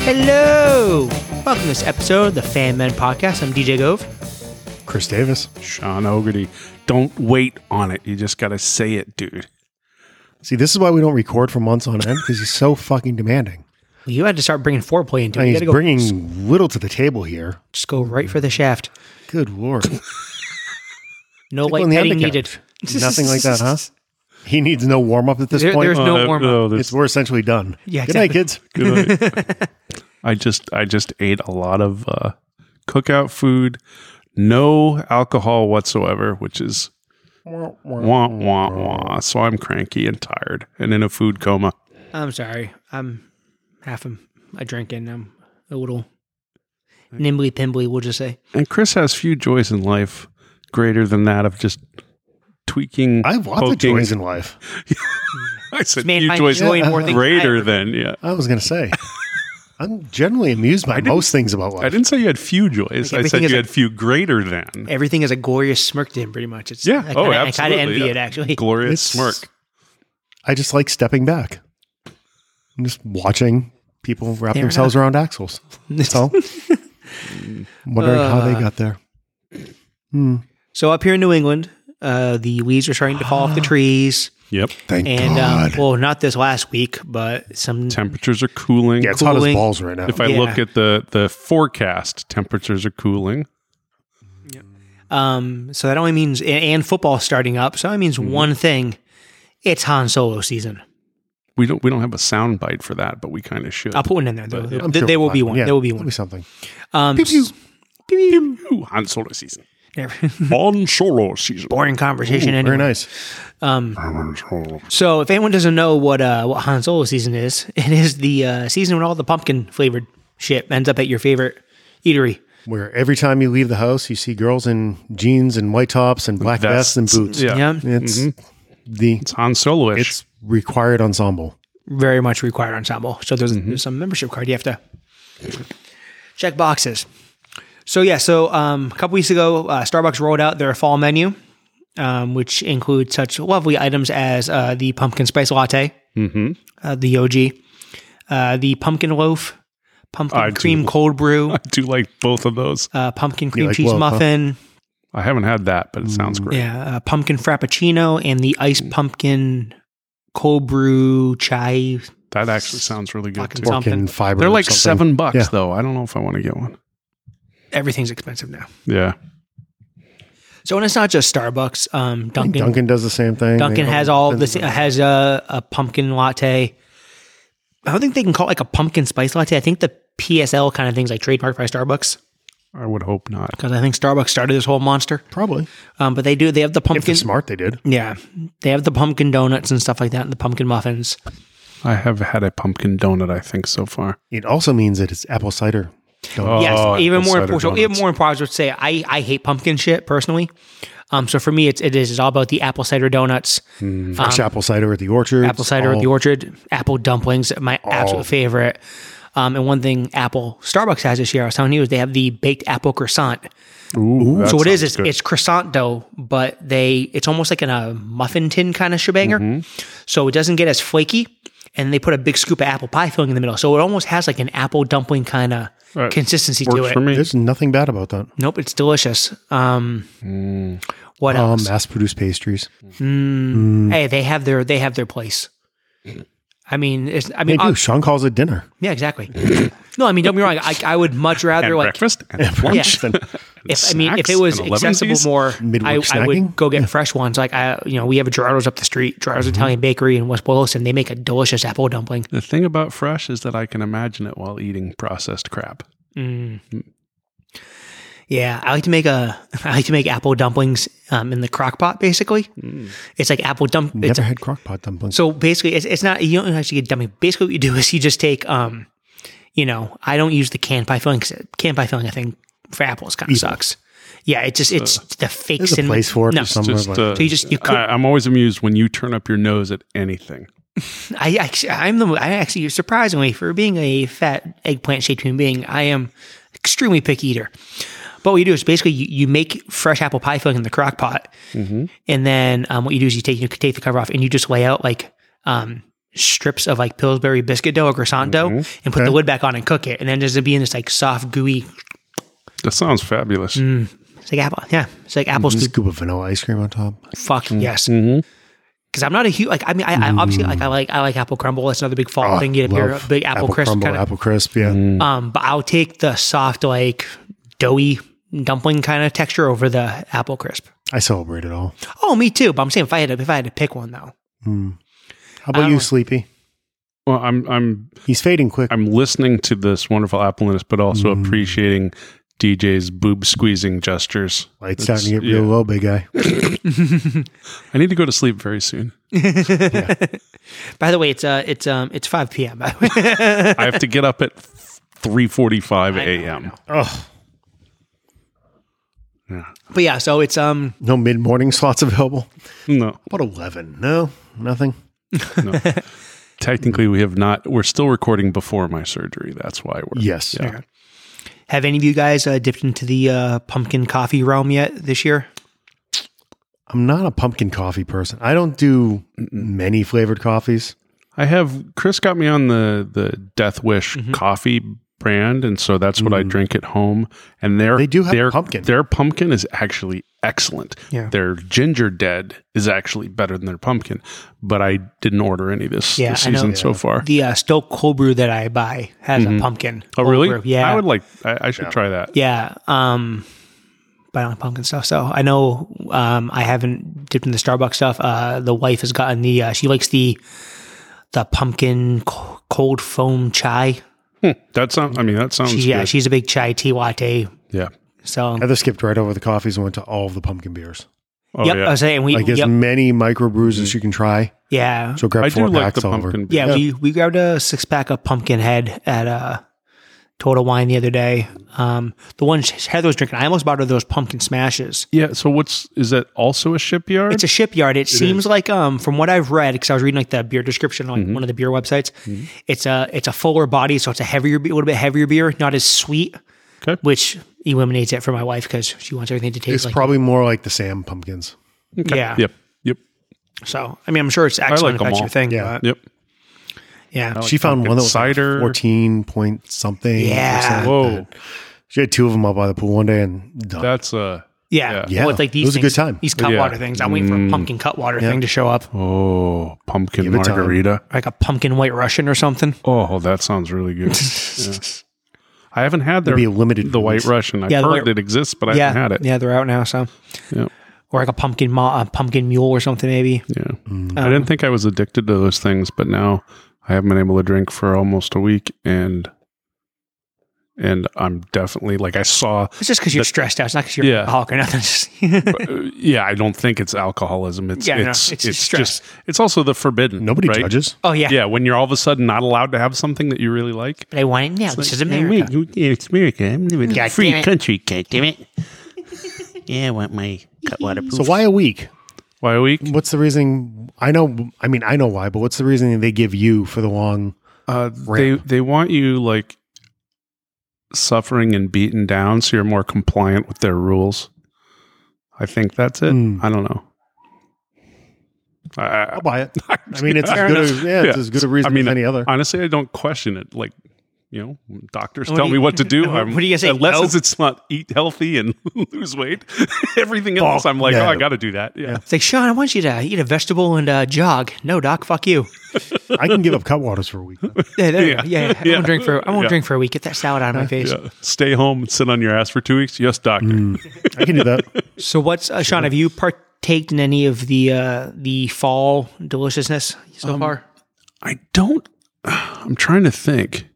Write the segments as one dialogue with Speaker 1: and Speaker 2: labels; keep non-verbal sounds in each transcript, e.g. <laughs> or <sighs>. Speaker 1: Hello! Welcome to this episode of the Fan Men Podcast. I'm DJ Gove.
Speaker 2: Chris Davis.
Speaker 3: Sean Ogerty. Don't wait on it. You just got to say it, dude.
Speaker 2: See, this is why we don't record for months on end because he's so fucking demanding.
Speaker 1: You had to start bringing foreplay into it.
Speaker 2: And
Speaker 1: You
Speaker 2: he's
Speaker 1: gotta go,
Speaker 2: bringing little to the table here.
Speaker 1: just go right for the shaft.
Speaker 2: Good lord,
Speaker 1: No
Speaker 2: Tickle
Speaker 1: light
Speaker 2: in the
Speaker 1: petting
Speaker 2: undercouch.
Speaker 1: needed. <laughs>
Speaker 2: nothing like that, huh? He needs no warm up at this
Speaker 1: There-
Speaker 2: point.
Speaker 3: Uh,
Speaker 1: there's no- warm-up.
Speaker 2: it's we're essentially done.
Speaker 1: Yeah,
Speaker 2: Good night,
Speaker 1: exactly.
Speaker 2: kids.
Speaker 3: good night. I just I just ate a lot of uh, cookout food, no alcohol whatsoever, which is wah wah wah. So I'm cranky and tired and in a food coma.
Speaker 1: I'm sorry. I'm half a, a drink and I'm a little nimbly pimbly, we'll just say.
Speaker 3: And Chris has few joys in life greater than that of just tweaking.
Speaker 2: I have lots of
Speaker 3: poking.
Speaker 2: joys in life.
Speaker 3: <laughs> I said
Speaker 1: Man,
Speaker 3: few
Speaker 1: find
Speaker 3: joys
Speaker 1: joy in more things.
Speaker 3: greater than yeah.
Speaker 2: I was
Speaker 1: <laughs>
Speaker 2: gonna say, I'm generally amused by most things about life.
Speaker 3: I didn't say you had few joys. I
Speaker 1: everything
Speaker 3: said
Speaker 1: is
Speaker 3: you
Speaker 1: a-
Speaker 3: had few greater than.
Speaker 1: Everything is a glorious smirk to him, pretty much. It's,
Speaker 3: Yeah.
Speaker 1: I
Speaker 3: oh,
Speaker 1: kinda,
Speaker 3: absolutely.
Speaker 1: I kind of envy
Speaker 3: Yeah.
Speaker 1: it, actually.
Speaker 3: Glorious
Speaker 2: It's-
Speaker 3: smirk.
Speaker 2: I just like stepping back. I'm just watching people wrap
Speaker 1: They're
Speaker 2: themselves around axles.
Speaker 1: <laughs>
Speaker 2: That's all. I'm wondering how
Speaker 1: Uh,
Speaker 2: they got there. Hmm.
Speaker 1: So up here in New England, uh, the leaves are starting to fall
Speaker 2: <gasps>
Speaker 1: off the trees.
Speaker 3: Yep.
Speaker 2: Thank
Speaker 1: And, um,
Speaker 2: God.
Speaker 1: well, not this last week, but some
Speaker 3: Temperatures are cooling.
Speaker 2: yeah, it's hot as
Speaker 1: cooling.
Speaker 2: balls right now.
Speaker 3: If I
Speaker 1: Yeah.
Speaker 3: look at the the forecast, temperatures are cooling.
Speaker 1: Um, so that only means and, and football starting up. So that means
Speaker 2: Mm-hmm.
Speaker 1: one thing: it's Han Solo season.
Speaker 3: We don't we don't have a sound bite for that, but we kind of should.
Speaker 1: I'll put one in there. Though. There,
Speaker 2: I'm sure
Speaker 1: there
Speaker 2: we'll
Speaker 1: will be
Speaker 2: find-
Speaker 1: one.
Speaker 2: yeah,
Speaker 1: there will be
Speaker 2: there'll
Speaker 1: one.
Speaker 2: Be something.
Speaker 1: Um, s-
Speaker 3: Ooh, Han Solo season.
Speaker 1: <laughs> there-
Speaker 3: Han Solo season.
Speaker 1: boring conversation. anyway.
Speaker 2: Very nice.
Speaker 1: So if anyone doesn't know what uh, what Han Solo season is, <laughs> it is the uh, season when all the pumpkin flavored shit ends up at your favorite eatery.
Speaker 2: Where every time you leave the house, you see girls in jeans and white tops and black vests, and boots.
Speaker 3: Yeah. Mm-hmm.
Speaker 1: Yeah,
Speaker 2: It's the
Speaker 3: It's Han Solo ish.
Speaker 2: it's required ensemble.
Speaker 1: very much required ensemble. So there's,
Speaker 2: Mm-hmm.
Speaker 1: there's some membership card you have to check boxes. So yeah, so um, a couple weeks ago, uh, Starbucks rolled out their fall menu, um, which includes such lovely items as uh, the pumpkin spice latte,
Speaker 2: Mm-hmm.
Speaker 1: uh, the OG, uh, the pumpkin loaf, pumpkin
Speaker 3: I do-
Speaker 1: cream cold brew,
Speaker 2: <laughs>
Speaker 3: I do like both of those.
Speaker 1: uh, pumpkin cream
Speaker 2: like
Speaker 1: cheese
Speaker 2: loaf, huh?
Speaker 1: muffin,
Speaker 3: I haven't had that, but it sounds great.
Speaker 1: yeah, uh, pumpkin frappuccino, and the ice pumpkin cold brew chai.
Speaker 3: That actually sounds really good
Speaker 1: Fucking
Speaker 3: too.
Speaker 1: sound.
Speaker 2: Pork
Speaker 1: Something.
Speaker 2: and fiber.
Speaker 3: They're
Speaker 2: or
Speaker 3: like
Speaker 2: something.
Speaker 3: seven bucks
Speaker 2: Yeah.
Speaker 3: though. I don't know if I want to get one.
Speaker 1: Everything's expensive now.
Speaker 3: Yeah.
Speaker 1: So and it's not just Starbucks. Um, Dunkin' Dunkin',
Speaker 2: Duncan does the same thing. They-
Speaker 1: has all this has a, a pumpkin latte. I don't think they can call it like a pumpkin spice latte. I think the PSL kind of things like trademarked by Starbucks
Speaker 3: I would hope not.
Speaker 1: because I think Starbucks started this whole monster.
Speaker 2: probably.
Speaker 1: Um, but they do they have the
Speaker 2: If they're
Speaker 1: pumpkin.
Speaker 2: smart, they did.
Speaker 1: Yeah, they have the pumpkin donuts and stuff like that, and the pumpkin muffins.
Speaker 3: I have had a pumpkin donut, I think, so far.
Speaker 2: It also means that it's apple cider. Don't-
Speaker 1: yes,
Speaker 3: Oh,
Speaker 1: even
Speaker 3: apple
Speaker 1: more
Speaker 3: cider
Speaker 1: important. So even
Speaker 3: donuts.
Speaker 1: more important I would say I I hate pumpkin shit personally. Um, so for me, it's it is all about the apple cider donuts,
Speaker 2: Fresh apple cider at the orchard.
Speaker 1: Um, apple cider
Speaker 3: Oh.
Speaker 1: at the orchard, apple dumplings, my absolute favorite. Um, and one thing Apple Starbucks has this year, I was telling you, is they have the baked apple croissant.
Speaker 3: Ooh,
Speaker 1: so what is it? It's croissant dough, but they it's almost like in a muffin tin kind of shebanger.
Speaker 3: Mm-hmm.
Speaker 1: So it doesn't get as flaky, and they put a big scoop of apple pie filling in the middle. So it almost has like an apple dumpling kind of
Speaker 3: Right.
Speaker 1: consistency to
Speaker 3: works
Speaker 1: it.
Speaker 3: for me.
Speaker 2: There's nothing bad about that.
Speaker 1: Nope, it's delicious. Um,
Speaker 3: Mm.
Speaker 1: What
Speaker 2: Um,
Speaker 1: else?
Speaker 2: mass-produced pastries.
Speaker 3: Um,
Speaker 1: hey, they have their they have their place. I mean, it's, I
Speaker 2: They
Speaker 1: mean,
Speaker 2: do. Sean calls it dinner.
Speaker 1: Yeah, exactly. no, I mean, don't be wrong. I, I would much rather
Speaker 3: And
Speaker 1: like
Speaker 3: breakfast and lunch.
Speaker 1: Yeah.
Speaker 3: and <laughs>
Speaker 1: if I mean if
Speaker 3: snacks
Speaker 1: it was
Speaker 3: and 11sies.
Speaker 1: accessible more, I,
Speaker 2: Midweek
Speaker 1: I would
Speaker 2: snacking?
Speaker 1: go get fresh ones. Like I, you know, we have a Gerardo's up the street, Gerardo's
Speaker 3: Mm-hmm.
Speaker 1: Italian Bakery in West Boylston. They make a delicious apple dumpling.
Speaker 3: The thing about fresh is that I can imagine it while eating processed crap.
Speaker 1: Oh, Yeah, I like to make a <laughs> I like to make apple dumplings um, in the crock pot. Basically,
Speaker 3: Mm.
Speaker 1: it's like apple dump. It's
Speaker 2: Never had crockpot dumplings.
Speaker 1: So basically, it's, it's not you don't actually get dummy. Basically, what you do is you just take, um, you know, I don't use the can pie filling. 'cause Can pie filling, I think, for apples kind of sucks. Yeah, it just it's the fake
Speaker 2: Uh, There's a
Speaker 1: cinnamon.
Speaker 2: place for it
Speaker 1: No,
Speaker 2: for somewhere.
Speaker 3: Just,
Speaker 2: like,
Speaker 3: uh,
Speaker 1: So you just- you cook-
Speaker 3: I, am always amused when you turn up your nose at anything.
Speaker 1: I actually, I'm the I actually surprisingly for being a fat eggplant shaped human being, I am extremely picky eater. But what you do is basically you, you make fresh apple pie filling in the
Speaker 2: Mm-hmm.
Speaker 1: crock pot, and then um, what you do is you take you take the cover off and you just lay out like um, strips of like Pillsbury biscuit dough or croissant dough and put
Speaker 2: Mm-hmm. Okay.
Speaker 1: the lid back on and cook it. And then just it being this like soft, gooey.
Speaker 3: That sounds fabulous.
Speaker 1: Mm. It's like apple. Yeah. It's like apple
Speaker 2: Just
Speaker 1: scoop.
Speaker 2: scoop of vanilla ice cream on top.
Speaker 1: Fuck
Speaker 2: Mm-hmm.
Speaker 1: yes. Cause I'm not a huge, like, I mean, I, I obviously like, I like, I like apple crumble. That's another big fall thing. You get a big-
Speaker 2: Oh, Love
Speaker 1: big apple, crisp
Speaker 2: crumble,
Speaker 1: kind of,
Speaker 2: apple crisp. Yeah,
Speaker 3: Mm.
Speaker 1: um, but I'll take the soft, like doughy dumpling kind of texture over the apple crisp.
Speaker 2: I celebrate it all.
Speaker 1: Oh, me too. But I'm saying if I had to, if I had to pick one though,
Speaker 2: How about you,
Speaker 1: don't-
Speaker 2: Sleepy?
Speaker 3: Well, I'm I'm
Speaker 2: He's fading quick.
Speaker 3: I'm listening to this wonderful apple but also
Speaker 1: Mm.
Speaker 3: appreciating DJ's boob squeezing gestures.
Speaker 2: Lights
Speaker 3: It's-
Speaker 2: starting to get real
Speaker 3: yeah.
Speaker 2: low, big guy.
Speaker 3: I need to go to sleep very soon.
Speaker 1: by the way, it's, uh, it's, um, it's 5 PM by the way. <laughs>
Speaker 3: I have to get up at
Speaker 1: <laughs>
Speaker 3: 3:45 a.m.
Speaker 2: Oh,
Speaker 1: but yeah, so it's, um,
Speaker 2: no mid morning slots available.
Speaker 3: No,
Speaker 2: What eleven? No, nothing.
Speaker 3: technically we have not. We're still recording before my surgery. That's why we're
Speaker 2: Yes.
Speaker 1: Have any of you guys uh, dipped into the uh, pumpkin coffee realm yet this year?
Speaker 2: I'm not a pumpkin coffee person. I don't do many flavored coffees.
Speaker 3: I have Chris got me on the the Death Wish
Speaker 1: Mm-hmm.
Speaker 3: coffee brand, and so that's what I drink at home. And their
Speaker 2: Mm. They do have
Speaker 3: their
Speaker 2: pumpkin.
Speaker 3: Their pumpkin is actually excellent.
Speaker 1: Yeah.
Speaker 3: Their ginger dead is actually better than their pumpkin. But I didn't order any this,
Speaker 1: Yeah,
Speaker 3: this
Speaker 1: I know.
Speaker 3: season so far.
Speaker 1: The uh, Stoke cold brew that I buy has a pumpkin.
Speaker 3: oh really?
Speaker 1: cold brew. Yeah,
Speaker 3: I would like. I, I should try that.
Speaker 1: yeah. Um, but I don't like pumpkin stuff. So I know um, I haven't dipped in the Starbucks stuff. Uh, the wife has gotten the. Uh, she likes the the pumpkin co- cold foam chai.
Speaker 3: Hmm. That sounds. I mean, that sounds.
Speaker 1: She, yeah,
Speaker 3: good.
Speaker 1: she's a big chai tea latte.
Speaker 3: yeah.
Speaker 1: So
Speaker 2: Heather skipped right over the coffees and went to all of the pumpkin beers.
Speaker 3: Oh
Speaker 1: yep, Uh, I
Speaker 3: yeah.
Speaker 1: was saying we.
Speaker 2: Like as
Speaker 1: yep,
Speaker 2: many micro brews as you can try.
Speaker 1: yeah,
Speaker 2: So grab
Speaker 3: I
Speaker 2: four
Speaker 3: do like
Speaker 2: packs
Speaker 3: the
Speaker 2: all over.
Speaker 3: pumpkin.
Speaker 1: Yeah, we we grabbed a six pack of pumpkin head at uh, Total Wine the other day. Um, the one Sh- Heather was drinking, I almost bought her those pumpkin smashes.
Speaker 3: Yeah. So what's is that also a shipyard?
Speaker 1: It's a shipyard. It, seems like um, from what I've read, because I was reading like the beer description on one of the beer websites, it's a it's a fuller body, so it's a heavier, be- a little bit heavier beer, not as sweet,
Speaker 3: Okay.
Speaker 1: which eliminates it for my wife because she wants everything to taste
Speaker 2: It's
Speaker 1: like.
Speaker 2: probably more like the Sam pumpkins.
Speaker 1: yeah.
Speaker 3: Yep. Yep.
Speaker 1: So I mean, I'm sure it's excellent if
Speaker 3: them
Speaker 1: that's
Speaker 3: all.
Speaker 1: your thing.
Speaker 2: Yeah.
Speaker 1: but-
Speaker 3: Yep.
Speaker 1: yeah.
Speaker 2: she found one that was like
Speaker 3: cider.
Speaker 2: 14 point something.
Speaker 1: Yeah.
Speaker 2: percent.
Speaker 3: Whoa.
Speaker 2: She had two of them up by the pool one day and done.
Speaker 3: That's uh
Speaker 1: Yeah.
Speaker 2: Yeah.
Speaker 1: With like these
Speaker 2: It was a
Speaker 1: things-
Speaker 2: good time.
Speaker 1: These cut
Speaker 3: Yeah.
Speaker 1: water things. I'm waiting for a pumpkin cut water thing to show up.
Speaker 3: oh pumpkin
Speaker 2: it time.
Speaker 3: margarita.
Speaker 1: Like a pumpkin white Russian or something.
Speaker 3: Oh, that sounds
Speaker 2: <laughs>
Speaker 3: really good. Yeah. I haven't had their
Speaker 2: It'd be a limited
Speaker 3: the White
Speaker 2: release.
Speaker 3: Russian. I've
Speaker 1: Yeah, the
Speaker 3: heard
Speaker 1: White-
Speaker 3: it exists, but I
Speaker 1: yeah.
Speaker 3: haven't had it.
Speaker 1: Yeah, they're out now. So,
Speaker 3: Yeah.
Speaker 1: or like a pumpkin ma- a pumpkin mule or something maybe.
Speaker 3: Yeah.
Speaker 2: Mm.
Speaker 3: I didn't think I was addicted to those things, but now I haven't been able to drink for almost a week and and I'm definitely like I saw
Speaker 1: It's just because you're stressed out. It's not because you're
Speaker 3: Yeah.
Speaker 1: alcoholic or nothing. <laughs> Just-
Speaker 3: uh, yeah, I don't think it's alcoholism. It's
Speaker 1: Yeah, no,
Speaker 3: it's
Speaker 1: it's
Speaker 3: it's,
Speaker 1: just stress.
Speaker 3: just it's also the forbidden.
Speaker 2: Nobody
Speaker 3: right?
Speaker 2: judges.
Speaker 1: oh yeah.
Speaker 3: Yeah, when you're all of a sudden not allowed to have something that you really like.
Speaker 1: But I want it now.
Speaker 4: Like,
Speaker 1: this is
Speaker 4: hey,
Speaker 1: America.
Speaker 4: wait, you- yeah, it's America. I'm living in
Speaker 1: God
Speaker 4: a free
Speaker 1: damn it.
Speaker 4: country. God damn it. <laughs> yeah, I
Speaker 1: <laughs>
Speaker 4: want my cut water
Speaker 2: So why a week?
Speaker 3: Why a week?
Speaker 2: What's the reasoning? I know. I mean, I know why, but what's the reasoning they give you for the long?
Speaker 3: Uh, they they want you like suffering and beaten down, so you're more compliant with their rules. I think that's it.
Speaker 1: Hmm.
Speaker 2: Mm.
Speaker 3: I don't know. I, I,
Speaker 2: <laughs> I'll buy it. I mean, it's as
Speaker 3: Fair
Speaker 2: good.
Speaker 3: enough.
Speaker 2: A, yeah, it's
Speaker 3: Yeah.
Speaker 2: as good a reason
Speaker 3: I mean,
Speaker 2: as any other.
Speaker 3: honestly, I don't question it. Like, you know, doctors
Speaker 1: What
Speaker 3: tell
Speaker 1: do
Speaker 3: me
Speaker 1: you-
Speaker 3: what to do.
Speaker 1: <laughs> what
Speaker 3: I'm-
Speaker 1: do you say,
Speaker 3: Unless
Speaker 1: no?
Speaker 3: it's- it's not eat healthy and <laughs> lose weight. Everything else, I'm like,
Speaker 2: yeah.
Speaker 3: oh, I got to do that. Yeah.
Speaker 1: It's like Sean, I want you to eat a vegetable and uh, jog. No, Doc, fuck you.
Speaker 2: I can give up cut waters for a week.
Speaker 1: Yeah, there
Speaker 3: Yeah.
Speaker 1: You go.
Speaker 3: <laughs>
Speaker 1: yeah, yeah. I
Speaker 3: Yeah.
Speaker 1: won't drink for I won't
Speaker 3: Yeah.
Speaker 1: drink for a week. Get that salad out of my face.
Speaker 3: yeah. <laughs> Stay home and sit on your ass for two weeks. Yes, doctor.
Speaker 2: Hmm. I can do that.
Speaker 1: So what's uh, Sean? Have you partaked in any of the uh, the fall deliciousness so far?
Speaker 3: I don't. <sighs> I'm trying to think.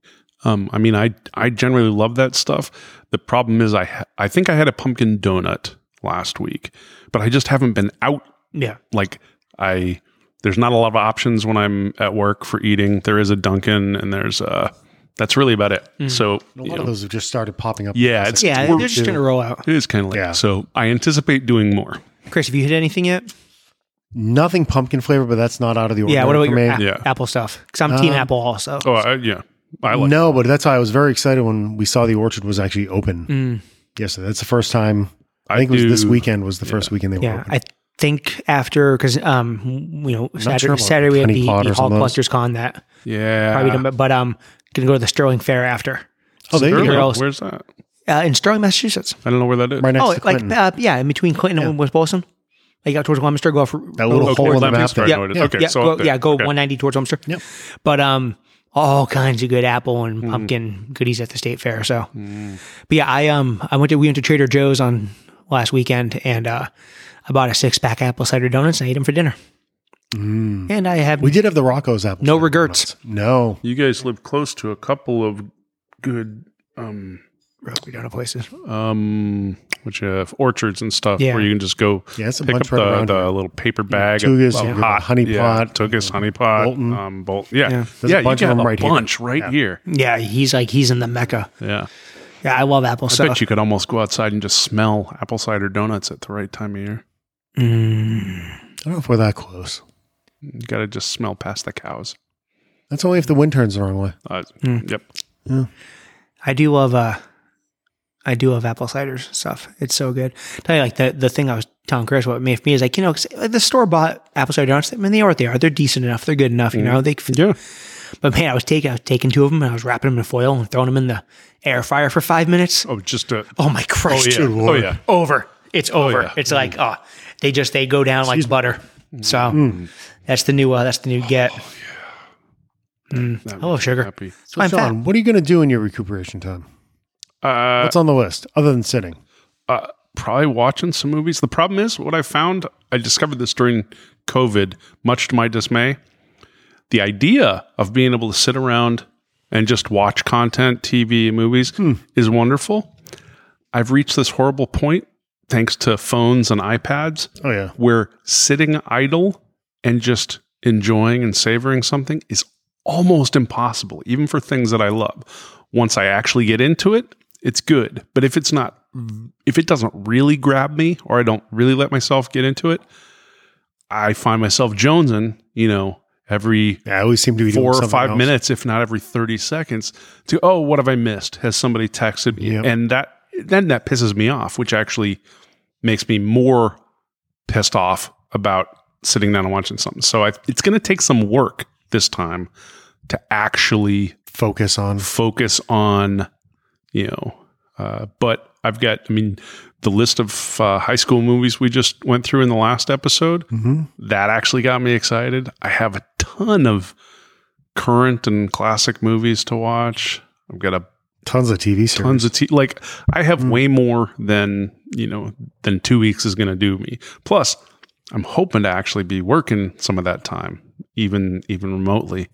Speaker 3: Um, I mean, I I generally love that stuff. The problem is, I ha- I think I had a pumpkin donut last week, but I just haven't been out.
Speaker 1: Yeah.
Speaker 3: Like I, there's not a lot of options when I'm at work for eating. There is a Dunkin' and there's uh That's really about it.
Speaker 2: Mm-hmm.
Speaker 3: So
Speaker 2: A
Speaker 3: you
Speaker 2: lot
Speaker 3: know,
Speaker 2: of those have just started popping up.
Speaker 3: yeah, it's
Speaker 1: Yeah,
Speaker 3: we're-
Speaker 1: they're just gonna roll out.
Speaker 3: it is kind of like
Speaker 2: Yeah.
Speaker 3: so. I anticipate doing more.
Speaker 1: Chris, have you hit anything yet?
Speaker 2: nothing pumpkin flavor, but that's not out of the ordinary.
Speaker 1: Yeah, what about
Speaker 2: for
Speaker 1: your
Speaker 2: me.
Speaker 1: a-
Speaker 3: Yeah.
Speaker 1: Apple stuff? Because I'm Team Apple also.
Speaker 3: Oh I, yeah, I like.
Speaker 2: no, but that's why I was very excited when we saw the orchard was actually open. Yes, that's the first time. I,
Speaker 3: Mm. I
Speaker 2: think it was this
Speaker 3: do-
Speaker 2: weekend was the first weekend they were
Speaker 1: yeah,
Speaker 2: open.
Speaker 1: I think after because um you know Saturday,
Speaker 2: sure about
Speaker 1: Saturday we have
Speaker 2: Honey
Speaker 1: the,
Speaker 2: Pot
Speaker 1: the Hall
Speaker 2: or some of those.
Speaker 1: Clusters Con that
Speaker 3: Yeah.
Speaker 1: probably don't, but um gonna go to the Sterling Fair after
Speaker 2: Oh, there you
Speaker 3: Sterling,
Speaker 2: go.
Speaker 1: Girls.
Speaker 3: Where's that?
Speaker 1: uh, in Sterling, Massachusetts.
Speaker 3: I don't know where that is.
Speaker 2: Right next
Speaker 1: oh,
Speaker 2: to
Speaker 1: like
Speaker 2: Clinton.
Speaker 1: uh, yeah, in between Clinton and West Bolson, like out towards Leominster, go off
Speaker 2: That little
Speaker 3: Okay,
Speaker 2: hole in the map
Speaker 3: Lamping's
Speaker 2: there.
Speaker 3: right, I know it is.
Speaker 2: Yeah.
Speaker 3: Okay,
Speaker 1: yeah,
Speaker 3: so up
Speaker 1: go,
Speaker 3: there.
Speaker 1: yeah, go
Speaker 3: Okay.
Speaker 1: 190 towards Leominster.
Speaker 2: Yep. Mm.
Speaker 1: But um, all kinds of good apple and pumpkin goodies at the state fair. So, but yeah, I um, I went to we went to Trader Joe's on last weekend and uh, I bought a six pack apple cider donuts and I ate them for dinner.
Speaker 2: Mm.
Speaker 1: And I have
Speaker 2: we did have the Rocco's apple.
Speaker 1: no
Speaker 2: cider
Speaker 1: regrets.
Speaker 2: donuts. No.
Speaker 3: You guys live close to a couple of good um
Speaker 1: Rogue donut places.
Speaker 3: um which uh, orchards and stuff
Speaker 1: Yeah.
Speaker 3: where you can just go
Speaker 2: Yeah, it's a
Speaker 3: pick up
Speaker 2: bunch right
Speaker 3: the,
Speaker 2: around
Speaker 3: the
Speaker 2: here.
Speaker 3: little paper bag
Speaker 2: Tugas,
Speaker 3: of,
Speaker 2: yeah.
Speaker 3: of hot
Speaker 2: Honey
Speaker 3: yeah,
Speaker 2: Pot,
Speaker 3: Tugas, honey pot,
Speaker 2: Bolton.
Speaker 3: um, Bolton. Yeah, yeah,
Speaker 2: There's a bunch
Speaker 3: you
Speaker 2: of
Speaker 3: got
Speaker 2: them right here.
Speaker 3: bunch right here.
Speaker 1: Yeah, he's like he's in the mecca.
Speaker 3: Yeah,
Speaker 1: Yeah, I love apple
Speaker 3: I
Speaker 1: cider.
Speaker 3: bet you could almost go outside and just smell apple cider donuts at the right time of year.
Speaker 2: I don't know if we're that close.
Speaker 3: You got to just smell past the cows.
Speaker 2: That's only if the wind turns the wrong way.
Speaker 3: Uh,
Speaker 2: Hmm.
Speaker 3: Yep.
Speaker 1: I do love uh I do love apple ciders stuff. It's so good. Tell you like the the thing I was telling Chris what made for me is like you know 'cause, like, the store bought apple cider donuts. I mean they are what they are. They're decent enough. They're good enough. You know they.
Speaker 3: Mm-hmm. Yeah.
Speaker 1: But man, I was taking I was taking two of them and I was wrapping them in foil and throwing them in the air fryer for five minutes.
Speaker 3: Oh, just a.
Speaker 1: Oh my Christ!
Speaker 3: yeah. Oh, yeah.
Speaker 1: Over. It's over.
Speaker 3: yeah. Mm.
Speaker 1: It's like oh, they just they go down like butter. So
Speaker 3: Mm.
Speaker 1: that's the new uh, that's the new get. Mm.
Speaker 3: that
Speaker 1: Hello,
Speaker 3: Oh, makes me
Speaker 1: sugar.
Speaker 3: Happy.
Speaker 1: So I'm fat.
Speaker 2: Sean, what are you going to do in your recuperation time?
Speaker 3: Uh,
Speaker 2: What's on the list other than sitting?
Speaker 3: uh, probably watching some movies. The problem is what I found. I discovered this during COVID, much to my dismay. The idea of being able to sit around and just watch content, TV, and movies is wonderful. I've reached this horrible point thanks to phones and iPads
Speaker 2: Oh yeah,
Speaker 3: where sitting idle and just enjoying and savoring something is almost impossible, even for things that I love. Once I actually get into it, it's good. But if it's not, if it doesn't really grab me or I don't really let myself get into it, I find myself jonesing, you know, every
Speaker 2: yeah. I always seem to be doing
Speaker 3: four or
Speaker 2: something
Speaker 3: five
Speaker 2: else.
Speaker 3: minutes, if not every 30 seconds, to, oh, what have I missed? Has somebody texted me?
Speaker 2: Yep.
Speaker 3: And that, then that pisses me off, which actually makes me more pissed off about sitting down and watching something. So I, it's going to take some work this time to actually
Speaker 2: Focus on
Speaker 3: focus on, you know, uh, but I've got, I mean, the list of uh, high school movies we just went through in the last episode,
Speaker 2: mm-hmm.
Speaker 3: that actually got me excited. I have a ton of current and classic movies to watch. I've got a
Speaker 2: tons of TV series.
Speaker 3: tons of t- like I have
Speaker 2: Hmm.
Speaker 3: way more than you know than two weeks is going to do me. Plus, I'm hoping to actually be working some of that time, even even remotely.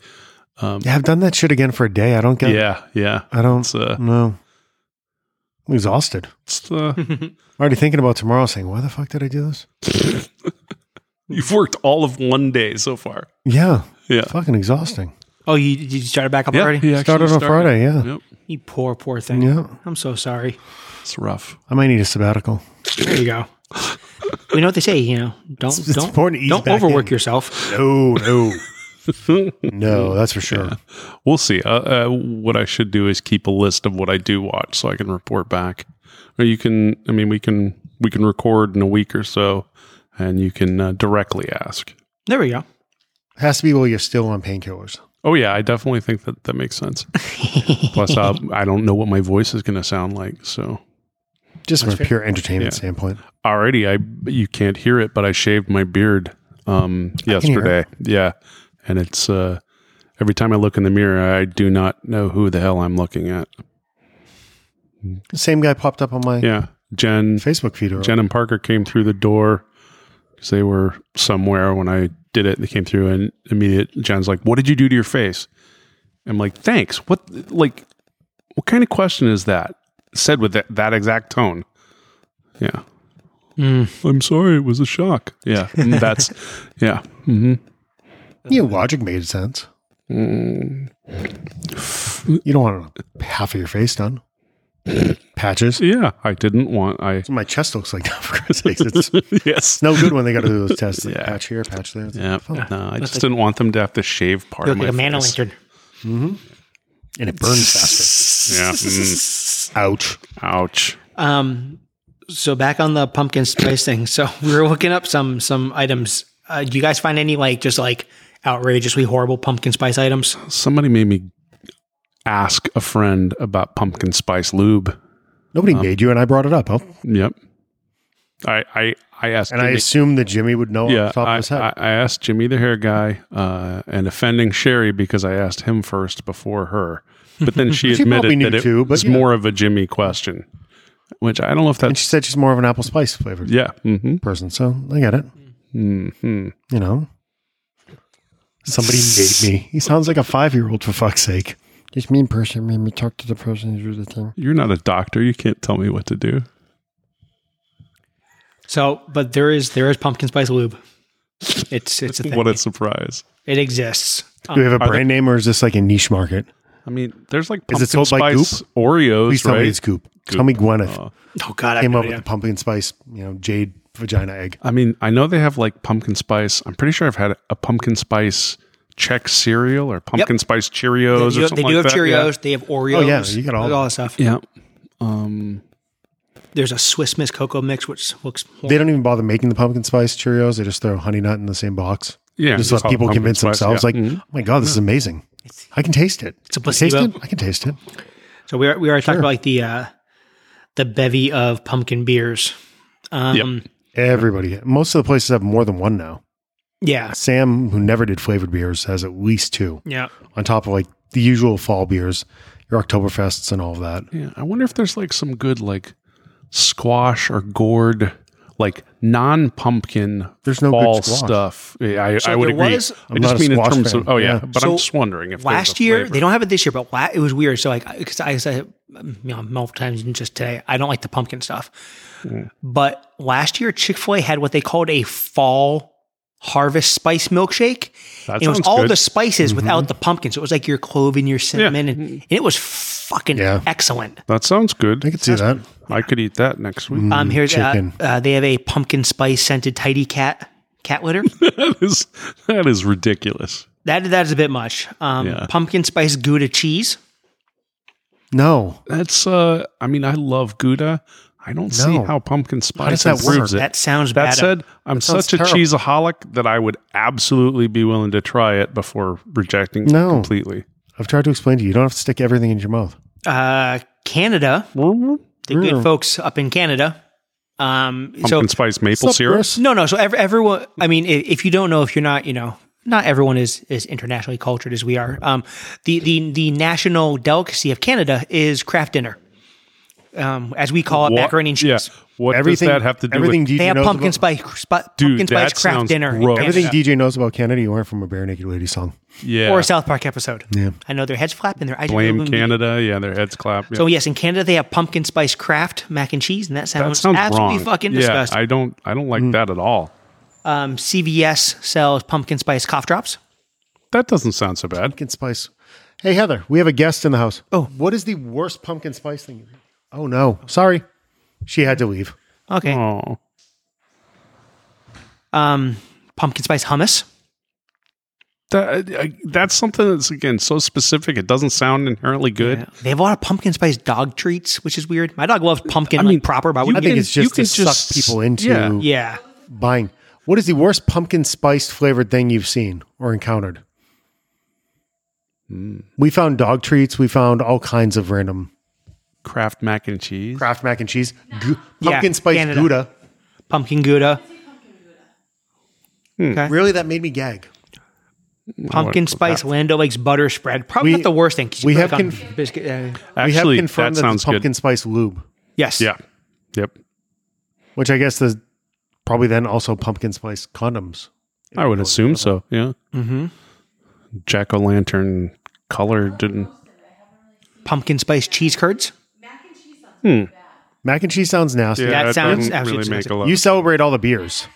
Speaker 2: Yeah, I've done that shit again for a day. I don't get.
Speaker 3: Yeah, yeah.
Speaker 2: I don't <laughs>
Speaker 3: It's uh,
Speaker 2: know. I'm exhausted. <laughs>
Speaker 3: it's uh,
Speaker 2: I'm already thinking about tomorrow, saying, "Why the fuck did I do this?"
Speaker 3: you've worked all of one day so far.
Speaker 2: Yeah,
Speaker 3: Yeah.
Speaker 2: fucking exhausting.
Speaker 1: Oh, you you started back up
Speaker 3: Yeah,
Speaker 1: already?
Speaker 3: he actually
Speaker 2: Started on Friday, yeah.
Speaker 3: Yep,
Speaker 1: You poor poor thing.
Speaker 2: Yeah,
Speaker 1: I'm so sorry.
Speaker 2: <laughs>
Speaker 3: it's rough.
Speaker 2: I might need a sabbatical.
Speaker 1: There you
Speaker 3: <laughs>
Speaker 1: go. We know what they say, you know. Don't
Speaker 2: <laughs> it's
Speaker 1: don't
Speaker 2: important to ease
Speaker 1: don't
Speaker 2: back
Speaker 1: overwork
Speaker 2: in.
Speaker 1: yourself.
Speaker 2: No,
Speaker 1: <laughs>
Speaker 2: no, no. That's for sure.
Speaker 3: We'll see. Uh, uh, what I should do is keep a list of what I do watch, so I can report back. Or you can, I mean, we can we can record in a week or so, and you can uh, directly ask.
Speaker 1: There we go.
Speaker 2: Has to be while you're still on painkillers.
Speaker 3: Oh yeah, I definitely think that that makes sense. Plus, uh, I don't know what my voice is going to sound like. So
Speaker 2: Just from a pure entertainment
Speaker 3: Yeah.
Speaker 2: standpoint.
Speaker 3: already, I you can't hear it, but I shaved my beard um,
Speaker 2: hear
Speaker 3: yesterday. Yeah, and it's uh, every time I look in the mirror, I do not know who the hell I'm looking at.
Speaker 2: The same guy popped up on my
Speaker 3: Yeah, Jen,
Speaker 2: Facebook feed. earlier.
Speaker 3: Jen and Parker came through the door because they were somewhere when I did it. They came through and immediate. Jen's like, "What did you do to your face?" I'm like, "Thanks." What like what kind of question is that? Said with that, that exact tone. Yeah.
Speaker 1: Hmm.
Speaker 3: I'm sorry. It was a shock.
Speaker 1: <laughs>
Speaker 3: Yeah. Mm, That's yeah.
Speaker 2: Yeah, logic made sense.
Speaker 1: Mm.
Speaker 2: You don't want half of your face done.
Speaker 1: <laughs>
Speaker 2: Patches.
Speaker 3: Yeah. I didn't want. I
Speaker 2: My chest looks like that for God's sakes. It's
Speaker 3: yes.
Speaker 2: no good when they got to do those tests.
Speaker 3: <laughs> Yeah.
Speaker 2: Patch here, patch there. It's
Speaker 3: Yeah.
Speaker 2: fun.
Speaker 3: No. I just didn't want them to have to shave part
Speaker 1: You
Speaker 3: of
Speaker 1: look
Speaker 3: my
Speaker 1: like a man
Speaker 3: face.
Speaker 1: lantern.
Speaker 3: <laughs>
Speaker 2: And it burns faster.
Speaker 3: Yeah. Mm.
Speaker 2: Ouch.
Speaker 3: Ouch.
Speaker 1: Um so back on the pumpkin spice thing. So <laughs> we were looking up some some items. Uh, do you guys find any like just like outrageously horrible pumpkin spice items?
Speaker 3: Somebody made me ask a friend about pumpkin spice lube.
Speaker 2: Nobody
Speaker 3: Um,
Speaker 2: made you, and I brought it up. Huh?
Speaker 3: Yep. I I I asked
Speaker 2: And I
Speaker 3: Jimmy-
Speaker 2: assumed that Jimmy would know off
Speaker 3: yeah,
Speaker 2: the top
Speaker 3: I,
Speaker 2: of his head.
Speaker 3: I, I asked Jimmy the hair guy uh, and offending Sherry because I asked him first before her.
Speaker 2: <laughs>
Speaker 3: But then she,
Speaker 2: She probably
Speaker 3: admitted
Speaker 2: knew
Speaker 3: that it
Speaker 2: too, but
Speaker 3: was
Speaker 2: yeah.
Speaker 3: more of a Jimmy question, which I don't know if
Speaker 2: and
Speaker 3: that's
Speaker 2: she said she's more of an apple spice flavored
Speaker 3: yeah. hmm
Speaker 2: person, so I get it.
Speaker 3: hmm
Speaker 2: You know, somebody made me. He sounds like a five year old for fuck's sake.
Speaker 5: This mean person made me talk to the person who drew the thing.
Speaker 3: You're not a doctor. You can't tell me what to do.
Speaker 1: So, but there is there is pumpkin spice lube. It's it's a thing. <laughs>
Speaker 3: What a surprise!
Speaker 1: it exists.
Speaker 2: Do we have a
Speaker 3: Are
Speaker 2: brand name, or is this like a niche market?
Speaker 3: I mean, there's like
Speaker 2: Is
Speaker 3: pumpkin
Speaker 2: it sold by
Speaker 3: spice Oreos,
Speaker 2: Please tell
Speaker 3: right?
Speaker 2: me it's Goop. Tell me Gwyneth
Speaker 1: Oh God, I
Speaker 2: came up
Speaker 1: yeah.
Speaker 2: with the pumpkin spice, you know, jade vagina egg.
Speaker 3: I mean, I know they have like pumpkin spice. I'm pretty sure I've had a pumpkin spice Czech cereal or pumpkin spice
Speaker 1: They
Speaker 3: Cheerios
Speaker 1: do,
Speaker 3: or
Speaker 1: they
Speaker 3: something
Speaker 1: do have
Speaker 3: like that. Yeah.
Speaker 1: Cheerios. They have Oreos.
Speaker 2: Oh, yeah, you got all-
Speaker 1: There's all that stuff.
Speaker 3: Yeah. Um,
Speaker 1: There's a Swiss Miss cocoa mix, which looks.
Speaker 2: They don't even bother making the pumpkin spice Cheerios. They just throw honey nut in the same box.
Speaker 3: yeah.
Speaker 2: just
Speaker 3: it's
Speaker 2: let
Speaker 3: all
Speaker 2: people
Speaker 3: pumpkin
Speaker 2: convince
Speaker 3: spice,
Speaker 2: themselves,
Speaker 3: yeah.
Speaker 2: like,
Speaker 3: Mhm.
Speaker 2: oh my God, this is amazing. I can taste it.
Speaker 1: It's a
Speaker 2: I taste
Speaker 1: placebo.
Speaker 2: it? I can taste it.
Speaker 1: So we are, we are talking about like the uh, the bevy of pumpkin beers. Um,
Speaker 2: Everybody, most of the places have more than one now.
Speaker 1: Yeah,
Speaker 2: Sam, who never did flavored beers, has at least two
Speaker 1: yeah.
Speaker 2: on top of like the usual fall beers, your Oktoberfests and all of that.
Speaker 3: Yeah, I wonder if there's like some good like squash or gourd, like non pumpkin.
Speaker 2: There's no good
Speaker 3: fall
Speaker 2: squash.
Speaker 3: stuff. Yeah, I,
Speaker 1: So
Speaker 3: I would
Speaker 1: there
Speaker 3: agree.
Speaker 1: was-
Speaker 3: I
Speaker 2: I'm not
Speaker 3: just
Speaker 2: a
Speaker 3: mean in
Speaker 2: squash
Speaker 3: terms
Speaker 2: fan.
Speaker 3: of oh yeah,
Speaker 2: Yeah.
Speaker 3: but I'm
Speaker 1: So
Speaker 3: just wondering if there's
Speaker 1: Last
Speaker 3: a
Speaker 1: year
Speaker 3: flavor.
Speaker 1: they don't have it this year, but la- it was weird. So like, because I said, you know, multiple times and just today, I don't like the pumpkin stuff.
Speaker 3: Mm.
Speaker 1: But last year, Chick Fil A had what they called a fall harvest spice milkshake.
Speaker 3: That
Speaker 1: And it was
Speaker 3: sounds
Speaker 1: all
Speaker 3: good. Mm-hmm.
Speaker 1: the spices without the pumpkin. So it was like your clove and your cinnamon, and,
Speaker 3: Mm.
Speaker 1: and it was fucking
Speaker 2: Yeah.
Speaker 1: excellent.
Speaker 3: that sounds good.
Speaker 2: I could Mm. see that.
Speaker 3: I could eat that next week.
Speaker 1: Um, here's uh,
Speaker 2: chicken.
Speaker 1: uh, they have a pumpkin spice scented tidy cat cat
Speaker 3: <laughs>
Speaker 1: litter.
Speaker 3: <laughs> that is that is ridiculous.
Speaker 1: that that is a bit much. Um,
Speaker 3: Yeah.
Speaker 1: Pumpkin spice gouda cheese.
Speaker 2: No.
Speaker 3: That's uh I mean I love Gouda. I don't see
Speaker 2: No.
Speaker 3: how pumpkin
Speaker 2: does
Speaker 3: spice
Speaker 2: that
Speaker 3: improves
Speaker 2: work?
Speaker 3: it.
Speaker 1: That sounds
Speaker 3: That
Speaker 1: bad.
Speaker 3: said, I'm
Speaker 2: sounds
Speaker 3: such a
Speaker 2: terrible.
Speaker 3: cheeseaholic that I would absolutely be willing to try it before rejecting
Speaker 2: No.
Speaker 3: it completely.
Speaker 2: I've tried to explain to you. You don't have to stick everything in your mouth.
Speaker 1: uh, Canada, the good folks up in Canada. Um, so
Speaker 3: Pumpkin spice maple
Speaker 2: What's up,
Speaker 3: syrup.
Speaker 2: Chris?
Speaker 1: no, no. So ev- everyone, I mean, i- if you don't know, if you're not, you know, not everyone is is internationally cultured as we are. Um, the the the national delicacy of Canada is craft dinner, um, as we call it,
Speaker 3: What-
Speaker 1: macaroni and cheese.
Speaker 3: Yeah. What
Speaker 2: Everything
Speaker 3: does that have to do
Speaker 2: everything
Speaker 3: with?
Speaker 2: DJ
Speaker 1: They have
Speaker 2: knows
Speaker 1: pumpkin
Speaker 2: about,
Speaker 1: spice, spi-
Speaker 3: Dude,
Speaker 1: pumpkin spice
Speaker 3: that
Speaker 1: craft
Speaker 3: sounds
Speaker 1: dinner. in
Speaker 3: gross.
Speaker 1: Canada.
Speaker 2: Everything DJ knows about Canada, you learn from a Bare Naked Lady song.
Speaker 3: yeah.
Speaker 1: or a South Park episode.
Speaker 2: Yeah.
Speaker 1: I know their heads flap and their eyes are
Speaker 3: blame
Speaker 1: illuminated.
Speaker 3: Canada. Yeah, their heads clap. Yeah.
Speaker 1: So yes, in Canada they have pumpkin spice craft mac and cheese, and that
Speaker 3: that
Speaker 1: sounds,
Speaker 3: sounds
Speaker 1: absolutely
Speaker 3: wrong.
Speaker 1: fucking
Speaker 3: yeah,
Speaker 1: disgusting. Mm.
Speaker 3: I don't. I don't like that at all.
Speaker 1: um, CVS sells pumpkin spice cough drops.
Speaker 3: That doesn't sound so bad.
Speaker 2: Pumpkin spice. Hey Heather, we have a guest in the house.
Speaker 1: Oh.
Speaker 2: what is the worst pumpkin spice thing? you've- Oh no, sorry, she had to leave.
Speaker 1: Okay.
Speaker 3: Oh,
Speaker 1: Um, pumpkin spice hummus.
Speaker 3: that I, that's something that's again so specific. It doesn't sound inherently good.
Speaker 1: They have a lot of pumpkin spice dog treats, which is weird. My dog loves pumpkin. I
Speaker 3: mean,
Speaker 1: proper, but I
Speaker 3: you
Speaker 1: wouldn't
Speaker 2: I think
Speaker 3: can-
Speaker 2: it's just
Speaker 3: you
Speaker 2: to
Speaker 3: can just-
Speaker 2: suck people into
Speaker 3: yeah.
Speaker 1: be- yeah.
Speaker 2: buying. What is the worst pumpkin spice flavored thing you've seen or encountered?
Speaker 1: Hmm.
Speaker 2: We found dog treats. We found all kinds of random
Speaker 3: Kraft mac and cheese.
Speaker 2: Kraft mac and cheese, gu-
Speaker 1: Yeah,
Speaker 2: pumpkin spice
Speaker 1: Canada.
Speaker 2: Gouda.
Speaker 1: Pumpkin gouda.
Speaker 2: Oh, Really, that made me gag.
Speaker 1: Pumpkin spice Lando Lakes butter spread. Probably
Speaker 2: We-
Speaker 1: not the worst thing. 'cause you
Speaker 2: we
Speaker 1: put,
Speaker 2: have
Speaker 1: like, on
Speaker 2: conf-
Speaker 1: biscuit. uh,
Speaker 2: We have
Speaker 3: Actually,
Speaker 2: confirmed
Speaker 3: that
Speaker 2: that,
Speaker 3: sounds
Speaker 2: it's pumpkin
Speaker 3: good.
Speaker 2: spice lube,
Speaker 1: yes.
Speaker 3: Yeah. Yep.
Speaker 2: which I guess is probably then also pumpkin spice condoms.
Speaker 3: I would assume so. Yeah. Mm-hmm. Jack o' lantern colored and
Speaker 1: Pumpkin spice cheese curds.
Speaker 2: Mac and cheese sounds nasty.
Speaker 1: That sounds
Speaker 3: doesn't
Speaker 1: absolutely
Speaker 3: really make
Speaker 1: disgusting.
Speaker 3: a lot.
Speaker 2: You celebrate all the beers.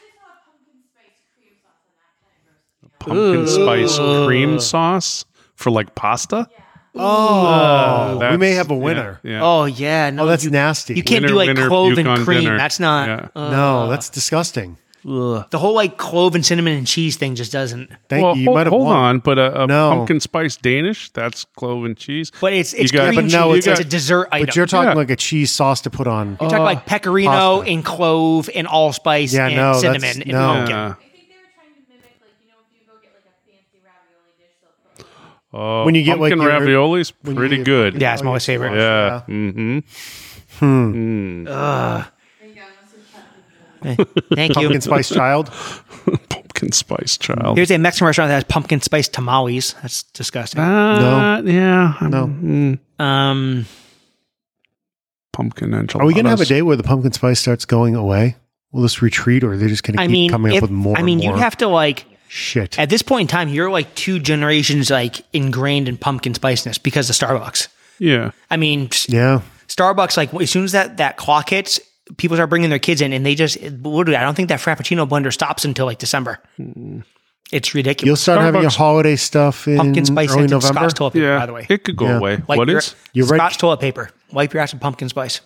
Speaker 3: pumpkin spice cream sauce for like pasta. Oh,
Speaker 2: we may have a winner.
Speaker 3: Yeah.
Speaker 1: Oh yeah. No,
Speaker 2: Oh, that's
Speaker 1: you,
Speaker 2: nasty.
Speaker 1: You can't uh,
Speaker 3: Winner,
Speaker 1: do like
Speaker 3: winner,
Speaker 1: clove and
Speaker 3: Yukon
Speaker 1: cream.
Speaker 3: dinner.
Speaker 1: That's not.
Speaker 3: Yeah.
Speaker 2: no, that's disgusting.
Speaker 3: Ugh.
Speaker 1: The whole like clove and cinnamon and cheese thing just doesn't.
Speaker 2: Thank
Speaker 3: well,
Speaker 2: you. You
Speaker 3: hold,
Speaker 2: might have
Speaker 3: hold
Speaker 2: won.
Speaker 3: on, but a, a
Speaker 2: No.
Speaker 3: pumpkin spice Danish, that's clove and cheese.
Speaker 1: But it's it's
Speaker 3: got-
Speaker 1: cream
Speaker 3: but
Speaker 2: no,
Speaker 1: cheese. It's,
Speaker 2: it's a-
Speaker 1: a dessert item.
Speaker 2: But you're talking
Speaker 3: Yeah.
Speaker 2: like a cheese sauce to put on.
Speaker 1: You're talking like pecorino
Speaker 2: pasta.
Speaker 1: and clove and allspice
Speaker 2: Yeah,
Speaker 1: and
Speaker 2: no, that's-
Speaker 1: cinnamon and
Speaker 2: no.
Speaker 1: pumpkin.
Speaker 3: Yeah.
Speaker 6: I think they were trying to mimic, like, you know, if you go get like a fancy ravioli dish, they'll put like
Speaker 3: Oh,
Speaker 2: When you get, like,
Speaker 3: pumpkin
Speaker 2: your-
Speaker 3: raviolis,
Speaker 2: when you
Speaker 3: pretty
Speaker 2: get-
Speaker 3: good.
Speaker 1: Yeah, it's my always favorite.
Speaker 3: Yeah. Mm-hmm.
Speaker 1: Thank you.
Speaker 2: <laughs>
Speaker 1: <laughs>
Speaker 2: pumpkin spice child.
Speaker 3: Pumpkin spice child.
Speaker 1: Here's a Mexican restaurant that has pumpkin spice tamales. That's disgusting.
Speaker 3: Uh, Yeah. I'm-
Speaker 2: No.
Speaker 3: mm,
Speaker 1: Um,
Speaker 3: pumpkin enchiladas.
Speaker 2: Are we going to have a day where the pumpkin spice starts going away? Will this retreat, or are they just going to
Speaker 1: I
Speaker 2: keep
Speaker 1: mean,
Speaker 2: coming
Speaker 1: if-
Speaker 2: up with more?
Speaker 1: I mean,
Speaker 2: and more
Speaker 1: you have to like
Speaker 2: shit.
Speaker 1: at this point in time, you're like two generations like ingrained in pumpkin spiceness because of Starbucks.
Speaker 3: Yeah.
Speaker 1: I mean, s-
Speaker 2: yeah,
Speaker 1: Starbucks like as soon as that that clock hits, people start bringing their kids in, and they just literally. I don't think that Frappuccino blender stops until like December. It's ridiculous.
Speaker 2: Hmm. you'll start having your
Speaker 3: Starbucks-
Speaker 2: holiday stuff in
Speaker 1: pumpkin spice
Speaker 2: early
Speaker 1: scented
Speaker 2: November.
Speaker 1: Scotch toilet paper,
Speaker 3: Yeah.
Speaker 1: by the way.
Speaker 3: It could go
Speaker 2: Yeah.
Speaker 3: away.
Speaker 1: Like
Speaker 3: what
Speaker 1: your-
Speaker 3: is?
Speaker 2: You're right.
Speaker 1: Scotch toilet paper. Wipe your ass with pumpkin spice.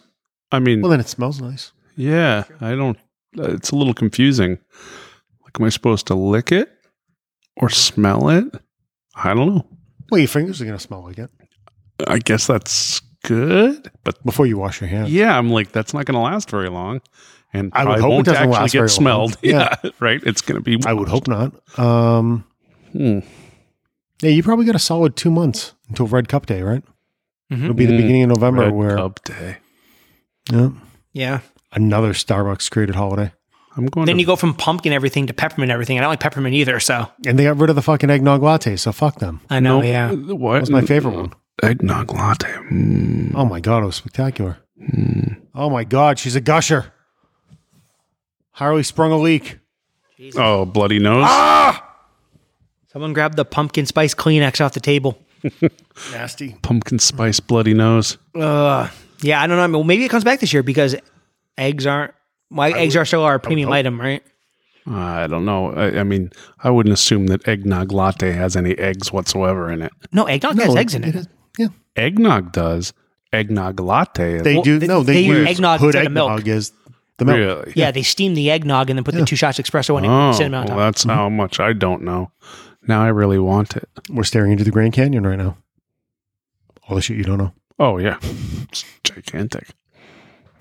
Speaker 3: I mean,
Speaker 2: Well, then it smells nice.
Speaker 3: yeah. I don't. Uh, it's a little confusing. Like, am I supposed to lick it or smell it? I don't know.
Speaker 2: Well, your fingers are going to smell like it
Speaker 3: I guess that's good, but
Speaker 2: before you wash your hands.
Speaker 3: yeah, I'm like that's not going to last very long, and
Speaker 2: I
Speaker 3: I
Speaker 2: would hope it
Speaker 3: won't
Speaker 2: doesn't
Speaker 3: actually
Speaker 2: last
Speaker 3: get
Speaker 2: very long.
Speaker 3: smelled. <laughs> Yeah, right. It's going to be.
Speaker 2: I would hope not. Um,
Speaker 3: Hmm.
Speaker 2: yeah, you probably got a solid two months until Red Cup Day, right?
Speaker 1: Mhm.
Speaker 2: It'll be the
Speaker 3: Mm,
Speaker 2: beginning of November
Speaker 3: Red
Speaker 2: where
Speaker 3: Cup Day.
Speaker 2: Yeah,
Speaker 1: Yeah.
Speaker 2: another Starbucks created holiday,
Speaker 3: I'm going.
Speaker 1: Then
Speaker 3: to,
Speaker 1: you go from pumpkin everything to peppermint everything. I don't like peppermint either, so
Speaker 2: and they got rid of the fucking eggnog latte. So fuck them.
Speaker 1: I know.
Speaker 3: Nope.
Speaker 1: Yeah.
Speaker 3: What?
Speaker 2: That's my favorite one.
Speaker 3: Eggnog latte. Mm.
Speaker 2: Oh my god, it was spectacular. Oh my god, she's a gusher. Harley sprung a leak.
Speaker 3: Oh, bloody nose.
Speaker 1: Someone grab the pumpkin spice Kleenex off the table.
Speaker 2: Nasty.
Speaker 3: Pumpkin spice bloody nose.
Speaker 1: Ugh. Yeah, I don't know. I mean, well, maybe it comes back this year because eggs aren't. Why eggs are still our premium item, right?
Speaker 3: I don't know. I, I mean, I wouldn't assume that eggnog latte has any eggs whatsoever in it.
Speaker 1: No, eggnog has eggs in it.
Speaker 2: Yeah,
Speaker 3: Eggnog does. Eggnog latte. Is
Speaker 2: they
Speaker 1: Well,
Speaker 2: do.
Speaker 1: they-
Speaker 2: no, they,
Speaker 1: they use
Speaker 2: use
Speaker 1: eggnog
Speaker 2: hood
Speaker 1: instead of milk.
Speaker 2: eggnog is the milk.
Speaker 3: really.
Speaker 1: Yeah, they steam the eggnog and then put the two shots espresso in it
Speaker 3: Oh,
Speaker 1: and cinnamon on
Speaker 3: well,
Speaker 1: top.
Speaker 3: that's how much I don't know. Now I really want it.
Speaker 2: We're staring into the Grand Canyon right now. All the shit you don't know.
Speaker 3: Oh yeah, it's gigantic.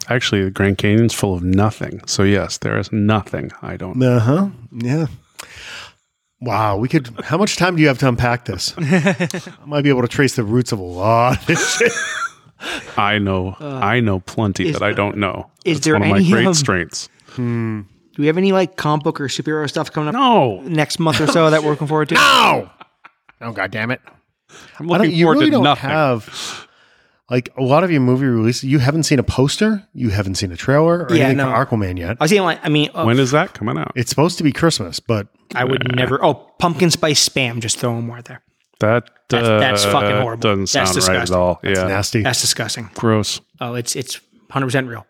Speaker 3: Actually, the Grand Canyon's full of nothing. So yes, there is nothing I don't.
Speaker 2: Uh huh. Yeah. Wow, we could. How much time do you have to unpack
Speaker 3: <laughs>
Speaker 2: this? I might be able to trace the roots of a lot. of this shit.
Speaker 3: I know. I know plenty
Speaker 1: is-
Speaker 3: that I don't know.
Speaker 1: is
Speaker 3: That's
Speaker 1: there
Speaker 3: one of
Speaker 1: any,
Speaker 3: my great
Speaker 1: um,
Speaker 3: strengths?
Speaker 1: Do we have any like comic book or superhero stuff coming up
Speaker 3: No,
Speaker 1: next month or so that we're looking <laughs> forward to?
Speaker 2: oh god damn it!
Speaker 3: I'm
Speaker 2: I don't,
Speaker 3: looking
Speaker 2: you
Speaker 3: forward
Speaker 2: really
Speaker 3: to
Speaker 2: don't
Speaker 3: nothing.
Speaker 2: have like a lot of your movie releases. You haven't seen a poster, you haven't seen a trailer, or
Speaker 1: Yeah,
Speaker 2: anything
Speaker 1: no.
Speaker 2: for Aquaman yet.
Speaker 1: I was thinking, like, I mean, uh,
Speaker 3: when is that coming out?
Speaker 2: it's supposed to be Christmas, but
Speaker 1: I would never. Oh, pumpkin spice spam. Just throw more there.
Speaker 3: That
Speaker 1: That's-
Speaker 3: uh,
Speaker 1: that's fucking horrible.
Speaker 3: Doesn't
Speaker 1: That's
Speaker 3: sound right at
Speaker 1: disgusting.
Speaker 3: all. yeah,
Speaker 2: nasty.
Speaker 1: That's disgusting.
Speaker 3: gross.
Speaker 1: Oh, it's it's 100 percent real.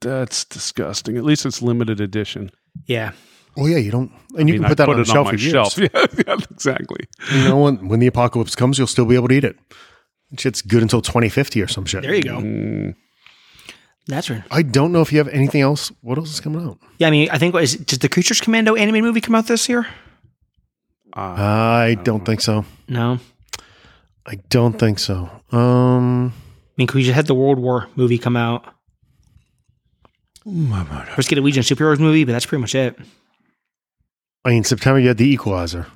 Speaker 3: That's disgusting. At least it's limited edition.
Speaker 1: Yeah.
Speaker 2: Oh yeah, you don't, and you
Speaker 3: I mean,
Speaker 2: can put
Speaker 3: I
Speaker 2: that on the
Speaker 3: it
Speaker 2: shelf
Speaker 3: my
Speaker 2: for years.
Speaker 3: shelf. <laughs> Yeah, yeah, exactly.
Speaker 2: You know, when, when the apocalypse comes, you'll still be able to eat it. Shit's good until 2050 or some shit.
Speaker 1: There you go. That's right.
Speaker 2: I don't know if you have anything else. What else is coming out?
Speaker 1: Yeah, I mean, I think what is did the Creatures Commando anime movie come out this year?
Speaker 3: Uh,
Speaker 2: I don't think so.
Speaker 1: No. I
Speaker 2: I don't think so. Um,
Speaker 1: mean, 'cause we just had the World War movie come out.
Speaker 2: oh
Speaker 1: Let's get a Legion of Superheroes movie, but that's pretty much it.
Speaker 2: I mean, September you had The Equalizer,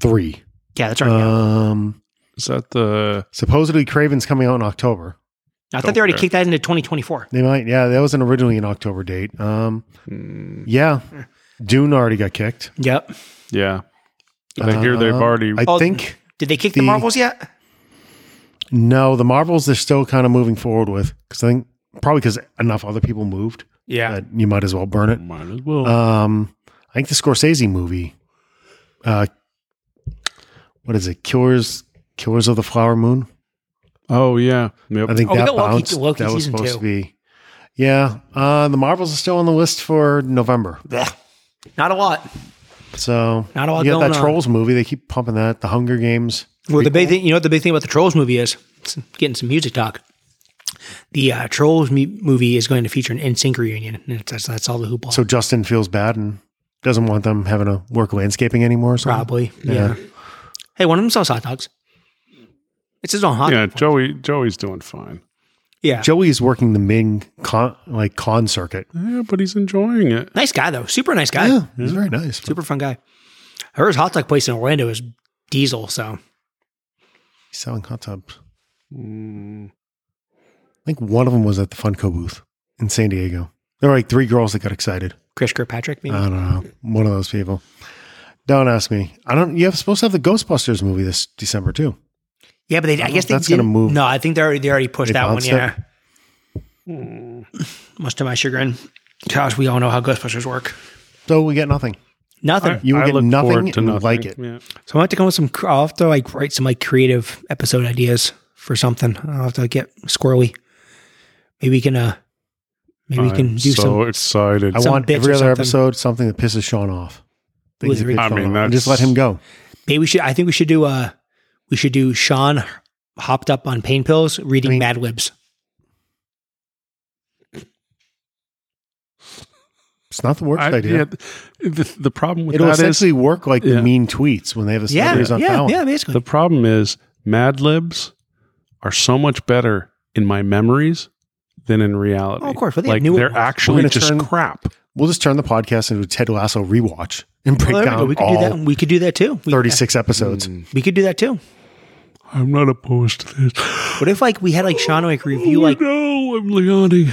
Speaker 2: three.
Speaker 1: Yeah, that's right. yeah.
Speaker 2: Um,
Speaker 3: is that the
Speaker 2: supposedly Craven's coming out in October.
Speaker 1: I thought they already
Speaker 3: okay.
Speaker 1: kicked that into 2024.
Speaker 2: They might, yeah. That wasn't originally an October date. Um,
Speaker 3: Hmm.
Speaker 2: yeah, Dune already got kicked.
Speaker 1: Yep.
Speaker 3: yeah? I hear they've
Speaker 2: Um,
Speaker 3: already.
Speaker 2: I
Speaker 1: Oh,
Speaker 2: think
Speaker 1: Did they kick the,
Speaker 2: The-
Speaker 1: Marvels yet?
Speaker 2: no, the Marvels they're still kind of moving forward with because I think probably because enough other people moved
Speaker 1: Yeah.
Speaker 2: that you might as well burn it.
Speaker 3: might as well.
Speaker 2: Um, I think the Scorsese movie, uh, what is it? Killers, Killers of the Flower Moon.
Speaker 3: oh yeah. Yep.
Speaker 2: I think
Speaker 1: Oh, we
Speaker 2: that
Speaker 1: got Loki-
Speaker 2: bounced.
Speaker 1: Loki
Speaker 2: that was
Speaker 1: season
Speaker 2: supposed
Speaker 1: two.
Speaker 2: to be. Yeah, uh, the Marvels are still on the list for November.
Speaker 1: Blech. Not a lot.
Speaker 2: So
Speaker 1: Not a lot
Speaker 2: You got
Speaker 1: going
Speaker 2: that
Speaker 1: on.
Speaker 2: Trolls movie. They keep pumping that. The Hunger Games.
Speaker 1: Well, the big thing, you know, what the big thing about the Trolls movie is It's getting some music talk. The uh, Trolls mu- movie is going to feature an NSYNC reunion. And it's- that's, that's all the hoopla.
Speaker 2: So Justin feels bad and doesn't want them having to work landscaping anymore. So
Speaker 1: probably. Yeah. Hey, one of them sells hot dogs. It's his own hot
Speaker 3: Yeah,
Speaker 1: dog.
Speaker 3: Joey. Joey's doing fine.
Speaker 1: Yeah.
Speaker 2: Joey is working the main con like con circuit.
Speaker 3: Yeah, but he's enjoying it.
Speaker 1: Nice guy, though. Super nice guy.
Speaker 2: Yeah, he's very nice.
Speaker 1: Super fun guy. Hers hot dog place in Orlando is diesel. So
Speaker 2: He's selling hot tubs.
Speaker 3: Mm,
Speaker 2: I think one of them was at the Funko booth in San Diego. There were like three girls that got excited.
Speaker 1: Chris Kirkpatrick, maybe?
Speaker 2: I don't know. One of those people. Don't ask me. I don't. You're supposed to have the Ghostbusters movie this December too.
Speaker 1: yeah, but they, I,
Speaker 2: don't
Speaker 1: guess
Speaker 2: know if
Speaker 1: they
Speaker 2: that's gonna
Speaker 1: didn't-
Speaker 2: move.
Speaker 1: No, I think they already, they already pushed
Speaker 2: They
Speaker 1: that one.
Speaker 2: bounced
Speaker 1: Yeah.
Speaker 2: it?
Speaker 1: Much to my chagrin. Gosh, we all know how Ghostbusters work.
Speaker 2: So we get nothing.
Speaker 1: Nothing.
Speaker 3: I-
Speaker 2: You will
Speaker 3: I
Speaker 2: get
Speaker 3: look
Speaker 2: nothing
Speaker 3: forward
Speaker 2: and you like it.
Speaker 3: Yeah.
Speaker 1: So I have to come up with some. cr- I'll have to like write some like creative episode ideas for something. I'll have to get squirrely. Maybe we can. uh Maybe we can
Speaker 3: I'm
Speaker 1: do
Speaker 3: so
Speaker 1: some.
Speaker 3: excited.
Speaker 2: I
Speaker 1: Some
Speaker 2: want
Speaker 1: bitch
Speaker 2: every
Speaker 1: or
Speaker 2: other
Speaker 1: something.
Speaker 2: episode something that pisses Sean off. Things
Speaker 1: With
Speaker 2: that piss
Speaker 1: Rick-
Speaker 3: I
Speaker 2: Sean
Speaker 3: mean,
Speaker 2: off.
Speaker 3: that's-
Speaker 2: just let him go.
Speaker 1: Maybe we should. I think we should do. uh We should do Sean hopped up on pain pills reading
Speaker 2: I mean-
Speaker 1: Mad Libs.
Speaker 2: It's not the worst
Speaker 3: I,
Speaker 2: idea.
Speaker 3: yeah, the, the problem with
Speaker 2: It'll
Speaker 3: that is
Speaker 2: essentially work like
Speaker 3: Yeah.
Speaker 2: the mean tweets when they have the
Speaker 1: Yeah,
Speaker 2: celebrities on
Speaker 1: yeah,
Speaker 2: Fallon.
Speaker 1: yeah. Basically,
Speaker 3: the problem is Mad Libs are so much better in my memories than in reality.
Speaker 1: Oh, of course, but they have
Speaker 3: like
Speaker 1: newer
Speaker 3: they're
Speaker 1: ones.
Speaker 2: We're
Speaker 3: actually
Speaker 2: gonna
Speaker 3: just
Speaker 2: turn-
Speaker 3: crap.
Speaker 2: We'll just turn the podcast into a Ted Lasso rewatch and break
Speaker 1: Well, there we go. we
Speaker 2: down
Speaker 1: could do that.
Speaker 2: all
Speaker 1: We could do that too. We,
Speaker 2: 36 episodes.
Speaker 1: We could do that too.
Speaker 3: I'm not opposed to this. <gasps>
Speaker 1: What if like we had like Sean like review
Speaker 3: You
Speaker 1: like
Speaker 3: no, I'm Leonie.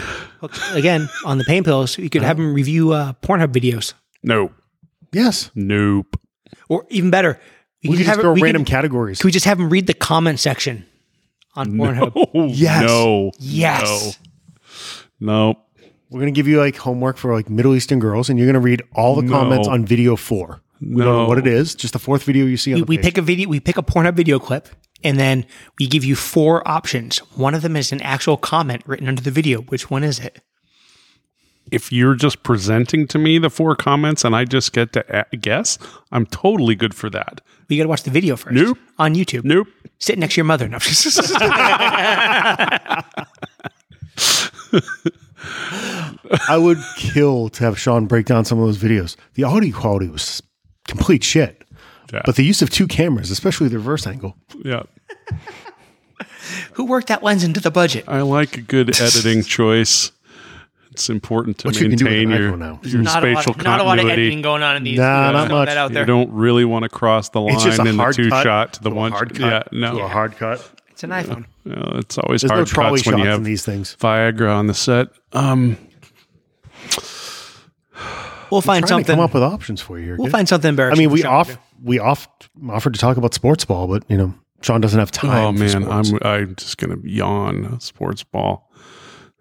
Speaker 1: again on the pain pills? You could have him review uh Pornhub videos,
Speaker 3: No,
Speaker 2: Yes.
Speaker 3: nope.
Speaker 1: or even better,
Speaker 2: We could just throw
Speaker 1: we could-
Speaker 2: random categories.
Speaker 1: Could we just have him read the comment section on Pornhub?
Speaker 3: <laughs> Oh,
Speaker 2: Yes.
Speaker 3: No.
Speaker 1: Yes.
Speaker 3: No. no.
Speaker 2: We're going to give you like homework for like Middle Eastern girls, and you're going to read all the
Speaker 3: No.
Speaker 2: comments on video four. We don't know
Speaker 3: No.
Speaker 2: what it is, just the fourth video you see on
Speaker 1: We,
Speaker 2: the
Speaker 1: we
Speaker 2: page.
Speaker 1: pick a video, we pick a Pornhub video clip, and then we give you four options. One of them is an actual comment written under the video. Which one is it?
Speaker 3: If you're just presenting to me the four comments and I just get to a- guess, I'm totally good for that.
Speaker 1: We got to watch the video first.
Speaker 3: Nope.
Speaker 1: On YouTube.
Speaker 3: Nope.
Speaker 1: Sit next to your mother. No. <laughs>
Speaker 2: I would kill to have Sean break down some of those videos. The audio quality was complete shit.
Speaker 3: Yeah.
Speaker 2: But the use of two cameras, especially the reverse angle,
Speaker 3: Yeah.
Speaker 1: Who worked that lens into the budget?
Speaker 3: I like a good
Speaker 2: <laughs>
Speaker 3: editing choice. It's important to
Speaker 2: Which you can do with
Speaker 3: maintain
Speaker 2: an
Speaker 3: your,
Speaker 2: iPhone now.
Speaker 3: your
Speaker 1: Not a, lot,
Speaker 3: spatial
Speaker 1: not a lot of
Speaker 3: continuity.
Speaker 1: editing going on in these.
Speaker 2: Nah,
Speaker 1: just
Speaker 2: not
Speaker 1: throwing
Speaker 2: much.
Speaker 1: That out
Speaker 3: you
Speaker 1: there.
Speaker 3: don't really want to cross the line
Speaker 2: it's just a
Speaker 3: in the
Speaker 2: hard
Speaker 3: two
Speaker 2: cut
Speaker 3: shot to the one.
Speaker 2: hard
Speaker 3: yeah,
Speaker 2: cut
Speaker 3: no,
Speaker 2: to a hard cut.
Speaker 1: It's an iPhone.
Speaker 3: No, it's always
Speaker 2: There's no
Speaker 3: hard
Speaker 2: trolley
Speaker 3: cuts when you
Speaker 2: shots
Speaker 3: have
Speaker 2: in these things.
Speaker 3: Viagra on the set. Um,
Speaker 1: We'll find
Speaker 2: Trying to
Speaker 1: something.
Speaker 2: come up with options for you here.
Speaker 1: we'll
Speaker 2: kid.
Speaker 1: find something
Speaker 2: I
Speaker 1: embarrassing.
Speaker 2: mean, we
Speaker 1: for Sean.
Speaker 2: off we off offered to talk about sports ball, but you know, Sean doesn't have time.
Speaker 3: oh
Speaker 2: for
Speaker 3: man,
Speaker 2: sports.
Speaker 3: I'm I'm just gonna yawn. uh, Sports ball.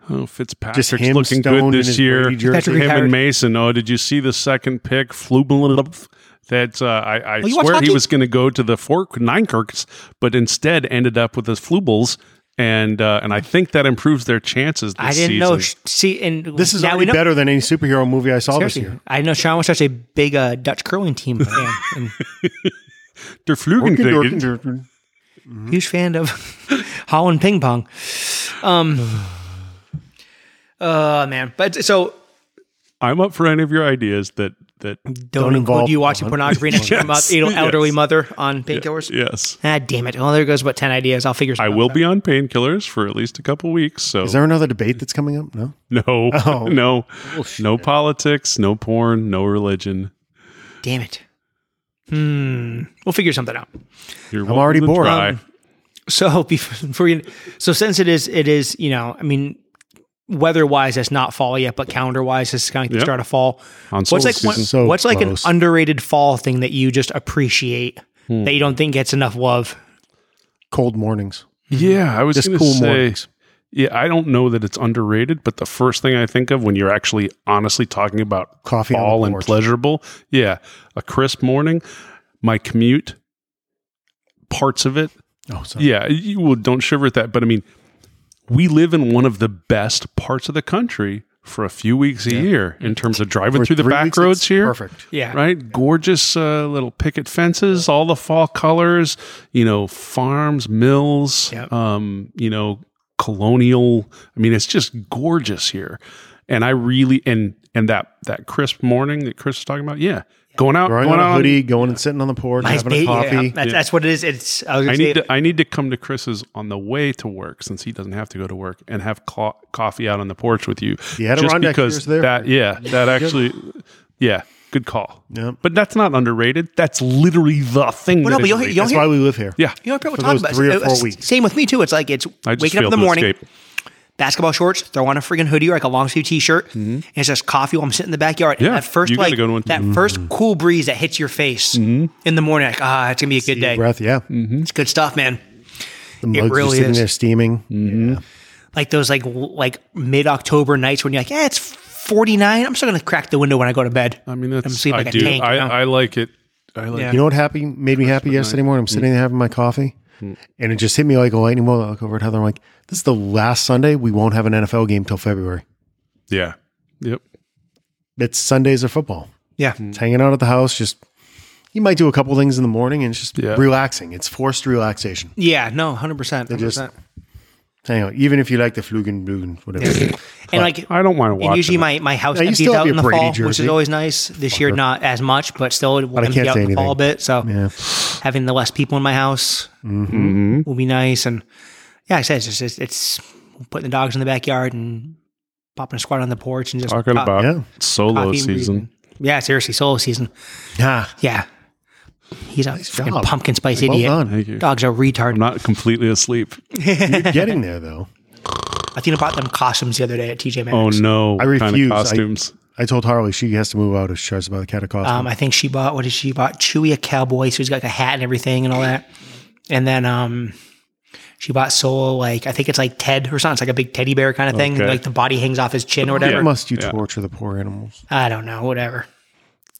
Speaker 3: Oh,
Speaker 2: Just
Speaker 3: Fitzpatrick's
Speaker 2: him stoned
Speaker 3: looking good
Speaker 2: in
Speaker 3: this
Speaker 2: his
Speaker 3: year.
Speaker 2: Brady
Speaker 3: Him
Speaker 2: jersey.
Speaker 1: Patrick retired.
Speaker 3: and Mason. Oh, did you see the second pick? Flubel. That uh, I, I
Speaker 1: you watch
Speaker 3: swear he
Speaker 1: hockey?
Speaker 3: was going to go to the Fort Ninekirks, but instead ended up with his Flubels, and uh, and I think that improves their chances. This
Speaker 1: I didn't
Speaker 3: season.
Speaker 1: know. sh- See, and
Speaker 2: This is
Speaker 1: now we
Speaker 2: already
Speaker 1: know.
Speaker 2: better than any superhero movie I saw
Speaker 1: Seriously,
Speaker 2: this year.
Speaker 1: I know Sean was such a big uh, Dutch curling team <laughs> fan and
Speaker 3: They're Flugendingen.
Speaker 1: huge fan of <laughs> Holland ping pong. Um, uh, man, but so
Speaker 3: I'm up for any of your ideas that that
Speaker 1: don't, include
Speaker 2: Don't involve
Speaker 1: you watching
Speaker 2: Holland.
Speaker 3: <laughs>
Speaker 1: pornography next to your
Speaker 3: Yes,
Speaker 1: mo- you know, elderly
Speaker 3: yes.
Speaker 1: mother on painkillers.
Speaker 3: yes.
Speaker 1: Ah, damn it! Well, there goes about ten ideas. I'll figure.
Speaker 3: I
Speaker 1: something
Speaker 3: will
Speaker 1: out.
Speaker 3: be on painkillers for at least a couple weeks. So
Speaker 2: Is there another debate that's coming up? No.
Speaker 3: <laughs> no,
Speaker 2: Oh.
Speaker 3: no, no politics, no porn, no religion.
Speaker 1: Damn it. Hmm. We'll figure something out.
Speaker 3: You're
Speaker 2: I'm already
Speaker 3: welcome to
Speaker 2: bored.
Speaker 3: try.
Speaker 2: Um,
Speaker 1: So <laughs> before you, so since it is, it is, you know, I mean, weather wise, it's not fall yet, but calendar wise, it's kind of like
Speaker 3: Yep.
Speaker 1: the start of fall.
Speaker 3: On
Speaker 1: what's
Speaker 3: solar
Speaker 1: like one,
Speaker 3: season.
Speaker 2: So
Speaker 1: what's like an
Speaker 2: close.
Speaker 1: underrated fall thing that you just appreciate
Speaker 3: Hmm.
Speaker 1: that you don't think gets enough love?
Speaker 2: Cold mornings.
Speaker 3: yeah, I was
Speaker 2: Just
Speaker 3: going to
Speaker 2: cool
Speaker 3: say.
Speaker 2: mornings.
Speaker 3: Yeah, I don't know that it's underrated, but the first thing I think of when you're actually honestly talking about
Speaker 2: Coffee on the
Speaker 3: fall and
Speaker 2: porch.
Speaker 3: pleasurable, yeah, a crisp morning, my commute, parts of it,
Speaker 2: Oh, sorry.
Speaker 3: Yeah, you well, don't shiver at that. But I mean, we live in one of the best parts of the country for a few weeks a year in terms of driving
Speaker 2: For
Speaker 3: through the
Speaker 2: three
Speaker 3: back
Speaker 2: weeks,
Speaker 3: roads
Speaker 2: it's
Speaker 3: here.
Speaker 2: Perfect.
Speaker 1: Yeah.
Speaker 3: Right? Gorgeous uh, little picket fences, all the fall colors, you know, farms, mills,
Speaker 1: Yep.
Speaker 3: um, you know, colonial. I mean, it's just gorgeous here. And I really and and that that crisp morning that Chris was talking about, yeah, going out,
Speaker 2: Throwing
Speaker 3: going
Speaker 2: on a
Speaker 3: out.
Speaker 2: hoodie, going and sitting on the porch,
Speaker 1: Nice
Speaker 2: having
Speaker 1: bait,
Speaker 2: a
Speaker 1: yeah.
Speaker 2: coffee.
Speaker 1: That's, that's what it is. It's I was
Speaker 3: I
Speaker 1: gonna say,
Speaker 3: need to I need to come to Chris's on the way to work since he doesn't have to go to work and have clo coffee out on the porch with you.
Speaker 2: The Adirondack years there.
Speaker 3: that yeah that actually yeah good call.
Speaker 2: Yep.
Speaker 3: But that's not underrated. That's literally the thing.
Speaker 1: Well, no,
Speaker 3: that
Speaker 1: but
Speaker 3: is
Speaker 1: you'll-
Speaker 3: rated.
Speaker 1: you'll
Speaker 2: That's
Speaker 1: hear-
Speaker 2: why we live here.
Speaker 3: yeah.
Speaker 1: you know, people
Speaker 2: for
Speaker 1: talk
Speaker 2: those
Speaker 1: about
Speaker 2: three or
Speaker 1: it.
Speaker 2: four
Speaker 1: S-
Speaker 2: weeks.
Speaker 1: Same with me too. It's like it's
Speaker 3: I just
Speaker 1: waking up in
Speaker 3: failed
Speaker 1: the
Speaker 3: to
Speaker 1: morning,
Speaker 3: escape.
Speaker 1: basketball shorts, throw on a friggin' hoodie or like a long sleeve t-shirt, and it's just coffee while I'm sitting in the backyard. And
Speaker 3: Mm-hmm. Yeah,
Speaker 1: that first
Speaker 3: you gotta
Speaker 1: like
Speaker 3: go to one- Mm-hmm.
Speaker 1: that first cool breeze that hits your face in the morning, like ah, it's gonna be a good day.
Speaker 2: Breath, yeah.
Speaker 3: Mm.
Speaker 1: It's good stuff, man.
Speaker 2: The mugs are
Speaker 1: really
Speaker 2: sitting
Speaker 1: is.
Speaker 2: there steaming.
Speaker 3: Mm.
Speaker 1: Like those like w- like mid October nights when you're like, yeah, it's 49. I'm still gonna crack the windo when I go to bed.
Speaker 3: I mean, that's
Speaker 1: sleeping
Speaker 3: I
Speaker 1: like a
Speaker 3: do.
Speaker 1: tank,
Speaker 3: I,
Speaker 1: you know?
Speaker 3: I like it. I like
Speaker 1: Yeah.
Speaker 3: it.
Speaker 2: You know what happy made me happy yesterday morning? I'm
Speaker 3: Mm.
Speaker 2: sitting there having my coffee, and it just hit me like a lightning bolt. I look over at Heather. I'm like, "This is the last Sunday we won't have an NFL game till February.
Speaker 3: Yeah. Yep.
Speaker 2: It's Sundays are football.
Speaker 1: Yeah,
Speaker 3: mm-hmm.
Speaker 2: It's hanging out at the house. Just you might do a couple things in the morning, and it's just
Speaker 3: Yeah.
Speaker 2: relaxing. It's forced relaxation.
Speaker 1: yeah, no, hundred percent.
Speaker 2: just- Hang on, even if you like the Flugenblugen, whatever.
Speaker 1: <laughs> And like
Speaker 3: I don't mind
Speaker 1: And
Speaker 3: watching.
Speaker 1: usually
Speaker 3: it.
Speaker 1: my, my house
Speaker 2: Now, you
Speaker 1: empties
Speaker 2: still have
Speaker 1: out in
Speaker 2: your
Speaker 1: the
Speaker 2: Brady
Speaker 1: fall, which
Speaker 2: jersey.
Speaker 1: is always nice. This year, not as much, but still it will
Speaker 2: I
Speaker 1: empty
Speaker 2: can't
Speaker 1: out
Speaker 2: say
Speaker 1: in the fall a
Speaker 2: anything.
Speaker 1: bit. So
Speaker 2: Yeah.
Speaker 1: having the less people in my house
Speaker 3: Mm-hmm.
Speaker 1: will be nice. And yeah, I said it's just, it's, it's putting the dogs in the backyard and popping a squat on the porch and just
Speaker 3: talking
Speaker 1: pop-
Speaker 3: about
Speaker 2: yeah.
Speaker 3: solo
Speaker 1: coffee and
Speaker 3: season.
Speaker 1: breathing. Yeah, seriously, solo season.
Speaker 2: yeah,
Speaker 1: Yeah. He's a fucking
Speaker 2: job.
Speaker 1: pumpkin spice
Speaker 2: well
Speaker 1: idiot.
Speaker 2: done.
Speaker 3: Thank you.
Speaker 1: Dog's a retard.
Speaker 3: I'm not completely asleep.
Speaker 2: You're getting there though.
Speaker 1: I think I bought them costumes the other day at TJ Maxx.
Speaker 3: Oh no!
Speaker 2: I
Speaker 3: What Kind of
Speaker 2: refuse. I-
Speaker 3: costumes.
Speaker 2: I told Harley she has to move out of Shards by the Cat of
Speaker 1: Um, I think she bought what did she bought? Chewy a cowboy, so he's got like a hat and everything and all that. And then um, she bought Solo like I think it's like Ted or something. It's like a big teddy bear kind of thing.
Speaker 3: Okay. Oh,
Speaker 1: Like the body hangs off his chin or whatever.
Speaker 2: Why must you
Speaker 3: Yeah.
Speaker 2: torture the poor animals?
Speaker 1: I don't know, whatever.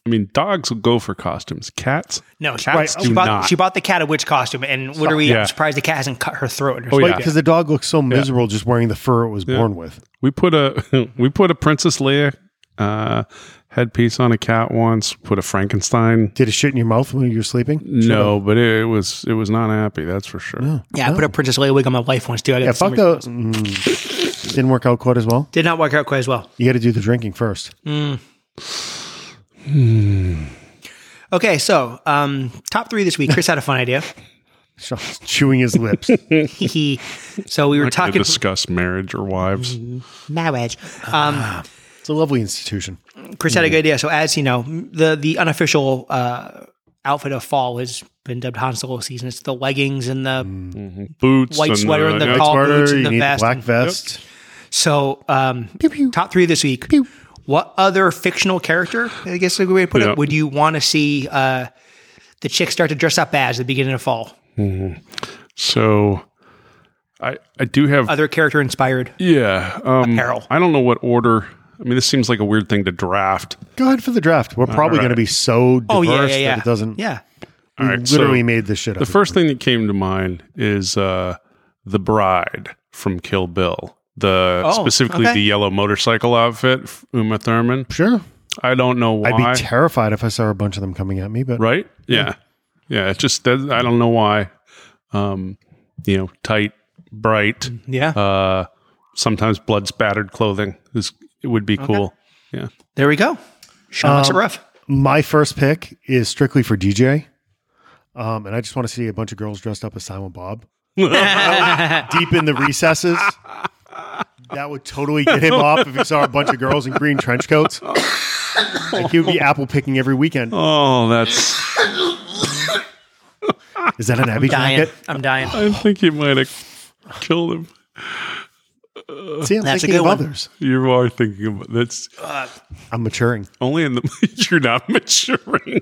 Speaker 3: I mean, dogs will go for costumes. Cats.
Speaker 1: No, she,
Speaker 3: Cats
Speaker 1: bought,
Speaker 3: do
Speaker 1: she, bought,
Speaker 3: not.
Speaker 1: she bought the cat a witch costume, and literally
Speaker 3: Yeah.
Speaker 1: I'm surprised the cat hasn't cut her throat. Or
Speaker 3: Oh
Speaker 1: something.
Speaker 3: yeah.
Speaker 2: Because the dog looks so miserable just wearing the fur it was born with.
Speaker 3: We put a <laughs> we put a Princess Leia uh, headpiece on a cat once. Put a Frankenstein.
Speaker 2: Did it shit in your mouth when you were
Speaker 1: Mm,
Speaker 2: sleeping?
Speaker 3: No, but it, was it was not happy. That's for sure.
Speaker 1: yeah, I put a Princess Leia wig on my wife once too. I got
Speaker 2: Yeah,
Speaker 1: the same
Speaker 2: fuck those. Mm. Didn't work out quite as well.
Speaker 1: Did not work out quite as well.
Speaker 2: You got to do the drinking first.
Speaker 1: Okay, so um, top three this week. Chris had a fun idea. <laughs> Mm.
Speaker 2: Sean's <laughs> chewing his lips.
Speaker 1: He, so we were
Speaker 3: To
Speaker 1: talking
Speaker 3: discuss marriage or wives.
Speaker 1: Mm-hmm. marriage. Um,
Speaker 2: It's a lovely institution.
Speaker 1: Chris had a good idea. So as you know, the the unofficial uh, outfit of fall has been dubbed Han Solo season. It's the leggings and the
Speaker 3: Boots.
Speaker 1: White
Speaker 3: and,
Speaker 1: sweater
Speaker 3: uh,
Speaker 1: and the
Speaker 3: yeah,
Speaker 1: All
Speaker 2: Smarter,
Speaker 1: boots and
Speaker 2: you
Speaker 1: the
Speaker 2: need the
Speaker 1: vest
Speaker 2: black
Speaker 1: and-
Speaker 2: vest.
Speaker 1: so um, top three this week. What other fictional character? I guess is a good way to put
Speaker 3: Yeah.
Speaker 1: it. Would you want to see uh, the chicks start to dress up as at the beginning of fall?
Speaker 3: So, I I do have
Speaker 1: Other character inspired.
Speaker 3: yeah um,
Speaker 1: Apparel.
Speaker 3: I don't know what order. I mean, this seems like a weird thing to draft.
Speaker 2: Go ahead for the draft. We're probably
Speaker 3: right.
Speaker 2: going to be so diverse
Speaker 1: Oh yeah, yeah, yeah.
Speaker 2: that it doesn't.
Speaker 1: Yeah.
Speaker 3: All right, so-
Speaker 2: literally made this shit up.
Speaker 3: The first thing that came to mind is uh, the bride from Kill Bill. The
Speaker 1: Oh,
Speaker 3: specifically
Speaker 1: okay.
Speaker 3: the yellow motorcycle outfit, Uma Thurman.
Speaker 2: sure.
Speaker 3: I don't know why.
Speaker 2: I'd be terrified if I saw a bunch of them coming at me, but
Speaker 3: right? Yeah, yeah. It's just that I don't know why. Um, you know, tight, bright,
Speaker 1: Yeah.
Speaker 3: uh, sometimes blood spattered clothing is it would be cool. Yeah,
Speaker 1: there we go. Sean looks it rough.
Speaker 2: my first pick is strictly for DJ. Um, and I just want to see a bunch of girls dressed up as
Speaker 1: <laughs>
Speaker 2: Silent Bob. Deep in the recesses. That would totally get him off if he saw a bunch of girls in green trench coats. Like he would be apple picking every weekend.
Speaker 3: Oh, that's.
Speaker 2: Is that an Abby
Speaker 1: Dying.
Speaker 2: jacket?
Speaker 1: I'm dying.
Speaker 3: <laughs> I think you might have killed him.
Speaker 2: See, I'm
Speaker 1: That's a
Speaker 2: thinking
Speaker 1: good
Speaker 2: of
Speaker 1: one.
Speaker 2: others.
Speaker 3: You are thinking about that's
Speaker 2: I'm maturing.
Speaker 3: only in the <laughs> you're not maturing.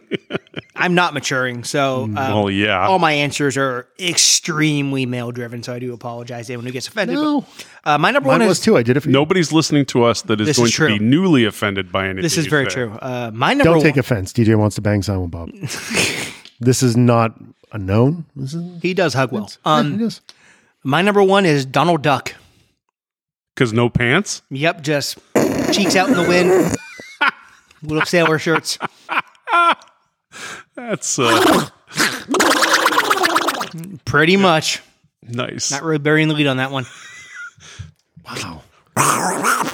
Speaker 1: I'm not maturing, so um,
Speaker 3: Well,
Speaker 2: Uh,
Speaker 3: yeah.
Speaker 1: all my answers are extremely male driven. So I do apologize to anyone who gets offended. but, uh, my number
Speaker 2: Mine
Speaker 1: one
Speaker 2: was
Speaker 1: is
Speaker 2: too. I did it for you.
Speaker 3: Nobody's listening to us that is
Speaker 1: This
Speaker 3: going
Speaker 1: is
Speaker 3: to be
Speaker 1: true.
Speaker 3: newly offended by anything.
Speaker 1: this is
Speaker 3: you
Speaker 1: very
Speaker 3: say.
Speaker 1: true. Uh, my number
Speaker 2: Don't
Speaker 1: one,
Speaker 2: take offense. DJ wants to bang Silent
Speaker 1: <laughs>
Speaker 2: Bob. this is not a known. This is,
Speaker 1: he does hug well.
Speaker 2: yeah,
Speaker 1: Um,
Speaker 2: it is.
Speaker 1: my number one is Donald Duck.
Speaker 3: Because no pants?
Speaker 1: Yep, just cheeks out in the
Speaker 2: <laughs>
Speaker 1: wind, little sailor shirts. <coughs>
Speaker 3: That's uh,
Speaker 1: Pretty much,
Speaker 3: nice.
Speaker 1: not really burying the lead on that one.
Speaker 2: Wow.
Speaker 3: <laughs> I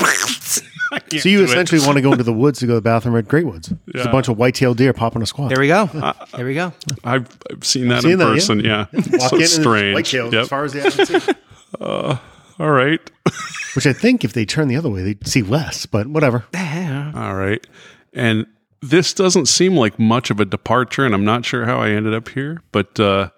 Speaker 3: can't
Speaker 2: So you
Speaker 3: do it.
Speaker 2: essentially want to go into the woods to go to the bathroom at Great Woods. There's
Speaker 3: Yeah.
Speaker 2: a bunch of white-tailed deer popping a squat.
Speaker 1: There we go.
Speaker 2: Uh,
Speaker 1: there we go.
Speaker 3: I've, I've seen that
Speaker 2: seen
Speaker 3: in
Speaker 2: that, yeah.
Speaker 3: person. yeah,
Speaker 2: Walk
Speaker 3: so
Speaker 2: in and there's
Speaker 3: strange.
Speaker 2: White-tailed
Speaker 3: Yep.
Speaker 2: as far as the eye
Speaker 1: <laughs>
Speaker 2: can see.
Speaker 3: All right,
Speaker 2: Which I think if they turn the other way, they'd see less, but whatever.
Speaker 3: all right. And this doesn't seem like much of a departure, and I'm not sure how I ended up here, but uh,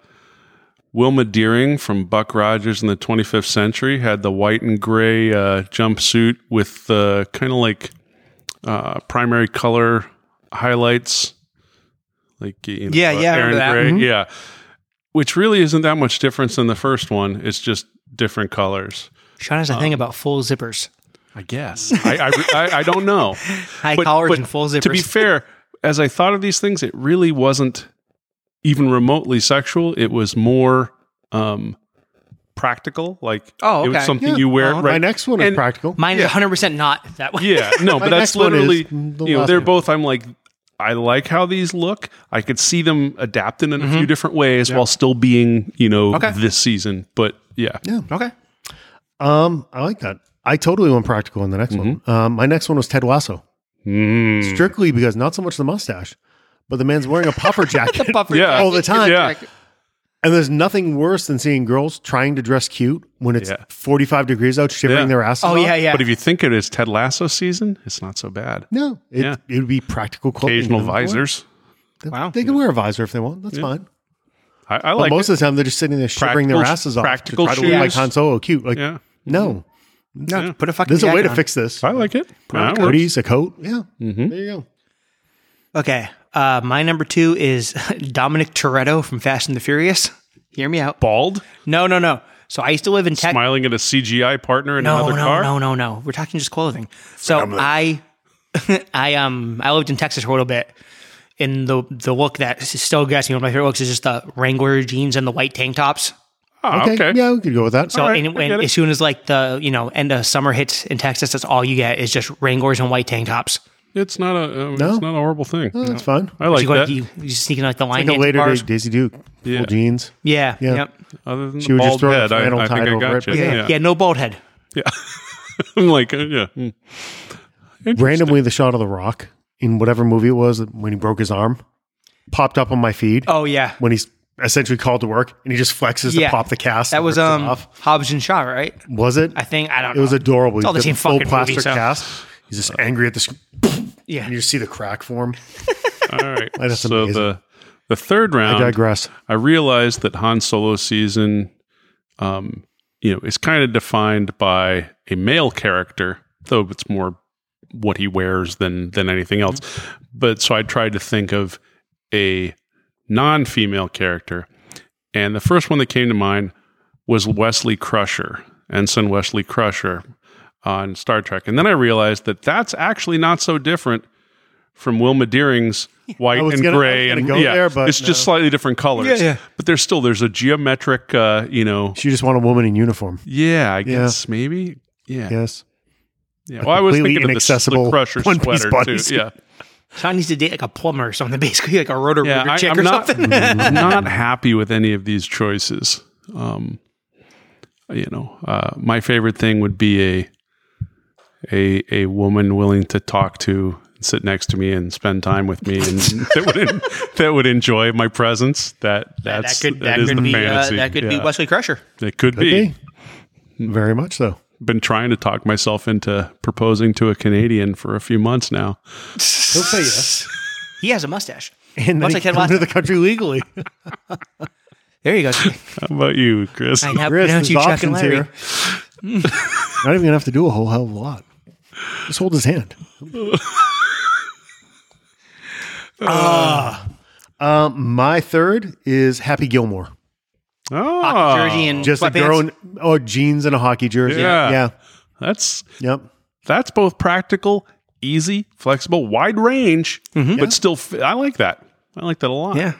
Speaker 3: Wilma Deering from Buck Rogers in the 25th Century had the white and gray uh, jumpsuit with the kind of like uh, primary color highlights, like you know,
Speaker 1: Yeah, yeah, I
Speaker 3: Aaron
Speaker 1: remember that. Mm-hmm.
Speaker 3: Gray, yeah. Which really isn't that much difference than the first one. It's just different colors.
Speaker 1: Sean
Speaker 2: uh,
Speaker 1: has a thing about full zippers,
Speaker 3: I guess. I, I, I, I don't <laughs> know.
Speaker 1: high collars, and full zippers.
Speaker 3: To be fair, as I thought of these things, it really wasn't even remotely sexual. It was more um, practical. Like,
Speaker 1: Oh,
Speaker 3: it was
Speaker 1: okay.
Speaker 3: something
Speaker 2: Yeah.
Speaker 3: you wear.
Speaker 1: Uh-huh.
Speaker 3: right?
Speaker 2: My next one is
Speaker 3: And-
Speaker 2: practical.
Speaker 1: Mine is 100 percent not that way.
Speaker 2: <laughs>
Speaker 3: Yeah, no,
Speaker 2: My
Speaker 3: but that's
Speaker 2: next one is
Speaker 3: literally,
Speaker 2: the
Speaker 3: you know,
Speaker 2: last
Speaker 3: they're
Speaker 2: one.
Speaker 3: both, I'm like, I like how these look. I could see them adapted in a
Speaker 2: Mm-hmm.
Speaker 3: few different ways while still being, you know,
Speaker 1: Okay.
Speaker 3: this season. But yeah.
Speaker 1: Okay.
Speaker 2: Um, I like that. I totally went practical in the next one. Um, my next one was Ted Lasso,
Speaker 3: Mm-hmm. Mm.
Speaker 2: strictly because not so much the mustache, but the man's wearing
Speaker 1: <laughs>
Speaker 2: a puffer jacket
Speaker 1: Buffer
Speaker 3: Yeah.
Speaker 2: all the time.
Speaker 3: Yeah.
Speaker 2: And there's nothing worse than seeing girls trying to dress cute when it's
Speaker 3: Yeah.
Speaker 2: 45 degrees out, shivering
Speaker 3: Yeah.
Speaker 2: their asses.
Speaker 1: Oh
Speaker 2: off.
Speaker 1: yeah, yeah.
Speaker 3: But if you think it is Ted Lasso season, it's not so bad.
Speaker 2: No, it,
Speaker 3: Yeah.
Speaker 2: it would be practical clothing.
Speaker 3: Occasional
Speaker 2: They don't wear-
Speaker 3: visors.
Speaker 2: They,
Speaker 1: Wow.
Speaker 2: they can wear a visor if they want. That's fine.
Speaker 3: I, I
Speaker 2: But
Speaker 3: like
Speaker 2: most of the time, they're just sitting there shivering their
Speaker 3: Practical-
Speaker 2: asses off
Speaker 3: practical
Speaker 2: to try to look like
Speaker 3: shoes.
Speaker 2: Han Solo cute. Like,
Speaker 3: Yeah.
Speaker 2: no,
Speaker 1: no, <laughs> put a fucking.
Speaker 2: there's a way
Speaker 1: jacket
Speaker 2: to
Speaker 1: on.
Speaker 2: fix this.
Speaker 3: I like it.
Speaker 2: Brown
Speaker 3: That works.
Speaker 2: hoodies, a coat. Yeah,
Speaker 3: Mm-hmm.
Speaker 2: there you go.
Speaker 1: Okay. Uh, my number two is <laughs> Dominic Toretto from Fast and the Furious. Hear me out.
Speaker 3: Bald,
Speaker 1: No, no, no. So I used to live in Texas.
Speaker 3: smiling at a CGI partner in
Speaker 1: No,
Speaker 3: another
Speaker 1: no,
Speaker 3: car.
Speaker 1: no, no, no. We're talking just clothing. So I, <laughs> I um, I lived in Texas for a little bit. And the the look that s- still gets me, one of my favorite looks is just the Wrangler jeans and the white tank tops.
Speaker 3: Ah,
Speaker 2: Okay.
Speaker 3: okay.
Speaker 2: Yeah, we could go with that.
Speaker 1: So
Speaker 3: All right,
Speaker 1: and,
Speaker 3: I
Speaker 1: when-
Speaker 3: get it.
Speaker 1: as soon as like the you know end of summer hits in Texas, that's all you get is just Wranglers and white tank tops.
Speaker 3: It's not a um,
Speaker 2: No.
Speaker 3: it's not a horrible thing.
Speaker 2: Oh, that's fine.
Speaker 3: I like
Speaker 1: you, go,
Speaker 3: that.
Speaker 1: you, you just sneak in like the line
Speaker 2: Like a
Speaker 1: dance
Speaker 2: later
Speaker 1: bars.
Speaker 2: date Daisy Duke,
Speaker 3: Yeah.
Speaker 2: full jeans.
Speaker 1: Yeah,
Speaker 2: Yeah.
Speaker 1: yep.
Speaker 3: Other than
Speaker 2: She
Speaker 3: the
Speaker 2: would just
Speaker 3: bald
Speaker 2: throw a
Speaker 3: head, I,
Speaker 2: flannel
Speaker 3: I think
Speaker 2: tide
Speaker 3: I
Speaker 2: over
Speaker 3: got
Speaker 2: it,
Speaker 3: you.
Speaker 2: but
Speaker 1: yeah,
Speaker 3: Yeah,
Speaker 1: yeah, No bald head.
Speaker 3: <laughs> I'm like, uh, yeah.
Speaker 2: Hmm.
Speaker 3: mm.
Speaker 2: Randomly, the shot of The Rock in whatever movie it was when he broke his arm popped up on my feed
Speaker 1: Oh yeah,
Speaker 2: when he's essentially called to work and he just flexes
Speaker 1: Yeah.
Speaker 2: to pop the cast.
Speaker 1: that
Speaker 2: and
Speaker 1: was
Speaker 2: rips it
Speaker 1: um
Speaker 2: off.
Speaker 1: Hobbs and Shaw, right?
Speaker 2: Was it?
Speaker 1: I think I don't.
Speaker 2: It was
Speaker 1: know.
Speaker 2: adorable.
Speaker 1: It's all the
Speaker 2: He's
Speaker 1: same
Speaker 2: got full
Speaker 1: fucking movie,
Speaker 2: plastic
Speaker 1: so-
Speaker 2: cast. He's just angry at the screen,
Speaker 1: Yeah,
Speaker 2: and you see the crack form. <laughs>
Speaker 3: All right.
Speaker 2: That's
Speaker 3: so
Speaker 2: amazing.
Speaker 3: the the third
Speaker 2: I
Speaker 1: Um,
Speaker 3: round, I,
Speaker 2: digress.
Speaker 3: realized that Han Solo season, um, you know, is kind of defined by a male character, though it's more what he wears than than anything else.
Speaker 2: Mm-hmm.
Speaker 3: But so I tried to think of a non-female character, and the first one that came to mind was Wesley Crusher, Ensign Wesley Crusher on Star Trek, and then I realized that that's actually not so different from Wilma Deering's
Speaker 2: <laughs>
Speaker 3: white
Speaker 2: I was
Speaker 3: and
Speaker 2: gonna- I was
Speaker 3: gray,
Speaker 2: gonna
Speaker 3: and
Speaker 2: go
Speaker 3: yeah,
Speaker 2: there, but
Speaker 3: it's
Speaker 2: no.
Speaker 3: just slightly different colors.
Speaker 1: Yeah, yeah.
Speaker 3: But there's still there's a geometric, uh, you know,
Speaker 2: She just want a woman in uniform.
Speaker 3: yeah, I guess maybe, yeah,
Speaker 2: Yes.
Speaker 3: yeah. Well, I was
Speaker 2: completely
Speaker 3: thinking of the, s- the
Speaker 2: inaccessible
Speaker 3: Crusher
Speaker 2: one-piece
Speaker 3: sweater too.
Speaker 2: bodysuit.
Speaker 3: Yeah.
Speaker 1: Sean needs to date like a plumber or something, <laughs> basically like a rotor
Speaker 3: Yeah,
Speaker 1: rooter
Speaker 3: I-
Speaker 1: chick
Speaker 3: I'm
Speaker 1: or
Speaker 3: not-
Speaker 1: something.
Speaker 3: I'm not happy with any of these choices. Um, you know, uh, my favorite thing would be a a a woman willing to talk to, sit next to me, and spend time with me, and that would en- that would enjoy my presence. <laughs> That that's that, uh, is the
Speaker 1: be uh,
Speaker 3: fantasy.
Speaker 1: that could be
Speaker 3: Yeah.
Speaker 1: Wesley Crusher.
Speaker 3: It could,
Speaker 2: Could
Speaker 3: be.
Speaker 2: be. Very much so.
Speaker 3: Been trying to talk myself into proposing to a Canadian for a few months now.
Speaker 2: He'll say yes.
Speaker 1: He has a mustache.
Speaker 2: <laughs> And then
Speaker 1: Much
Speaker 2: he
Speaker 1: like Ted
Speaker 2: can come to
Speaker 1: Lasso.
Speaker 2: the country legally.
Speaker 1: There
Speaker 2: <laughs>
Speaker 1: you go. I
Speaker 3: How about you, Chris?
Speaker 1: now
Speaker 2: Chris,
Speaker 1: pronounce
Speaker 2: there's
Speaker 1: you Chuck and
Speaker 2: options
Speaker 1: Larry.
Speaker 2: here. <laughs> Not even gonna have to do a whole hell of a lot. Just hold
Speaker 1: <laughs>
Speaker 2: his hand.
Speaker 1: Uh.
Speaker 2: Ah. Um, my third is Happy Gilmore.
Speaker 3: Oh,
Speaker 1: Hockey jersey and
Speaker 2: Just
Speaker 1: sweatpants.
Speaker 2: a girl in oh jeans and a hockey jersey.
Speaker 3: Yeah.
Speaker 2: yeah.
Speaker 3: that's
Speaker 2: Yep.
Speaker 3: that's both practical, easy, flexible, wide range, but still. F- I like that. I like that a lot.
Speaker 1: Mm-hmm. Yeah.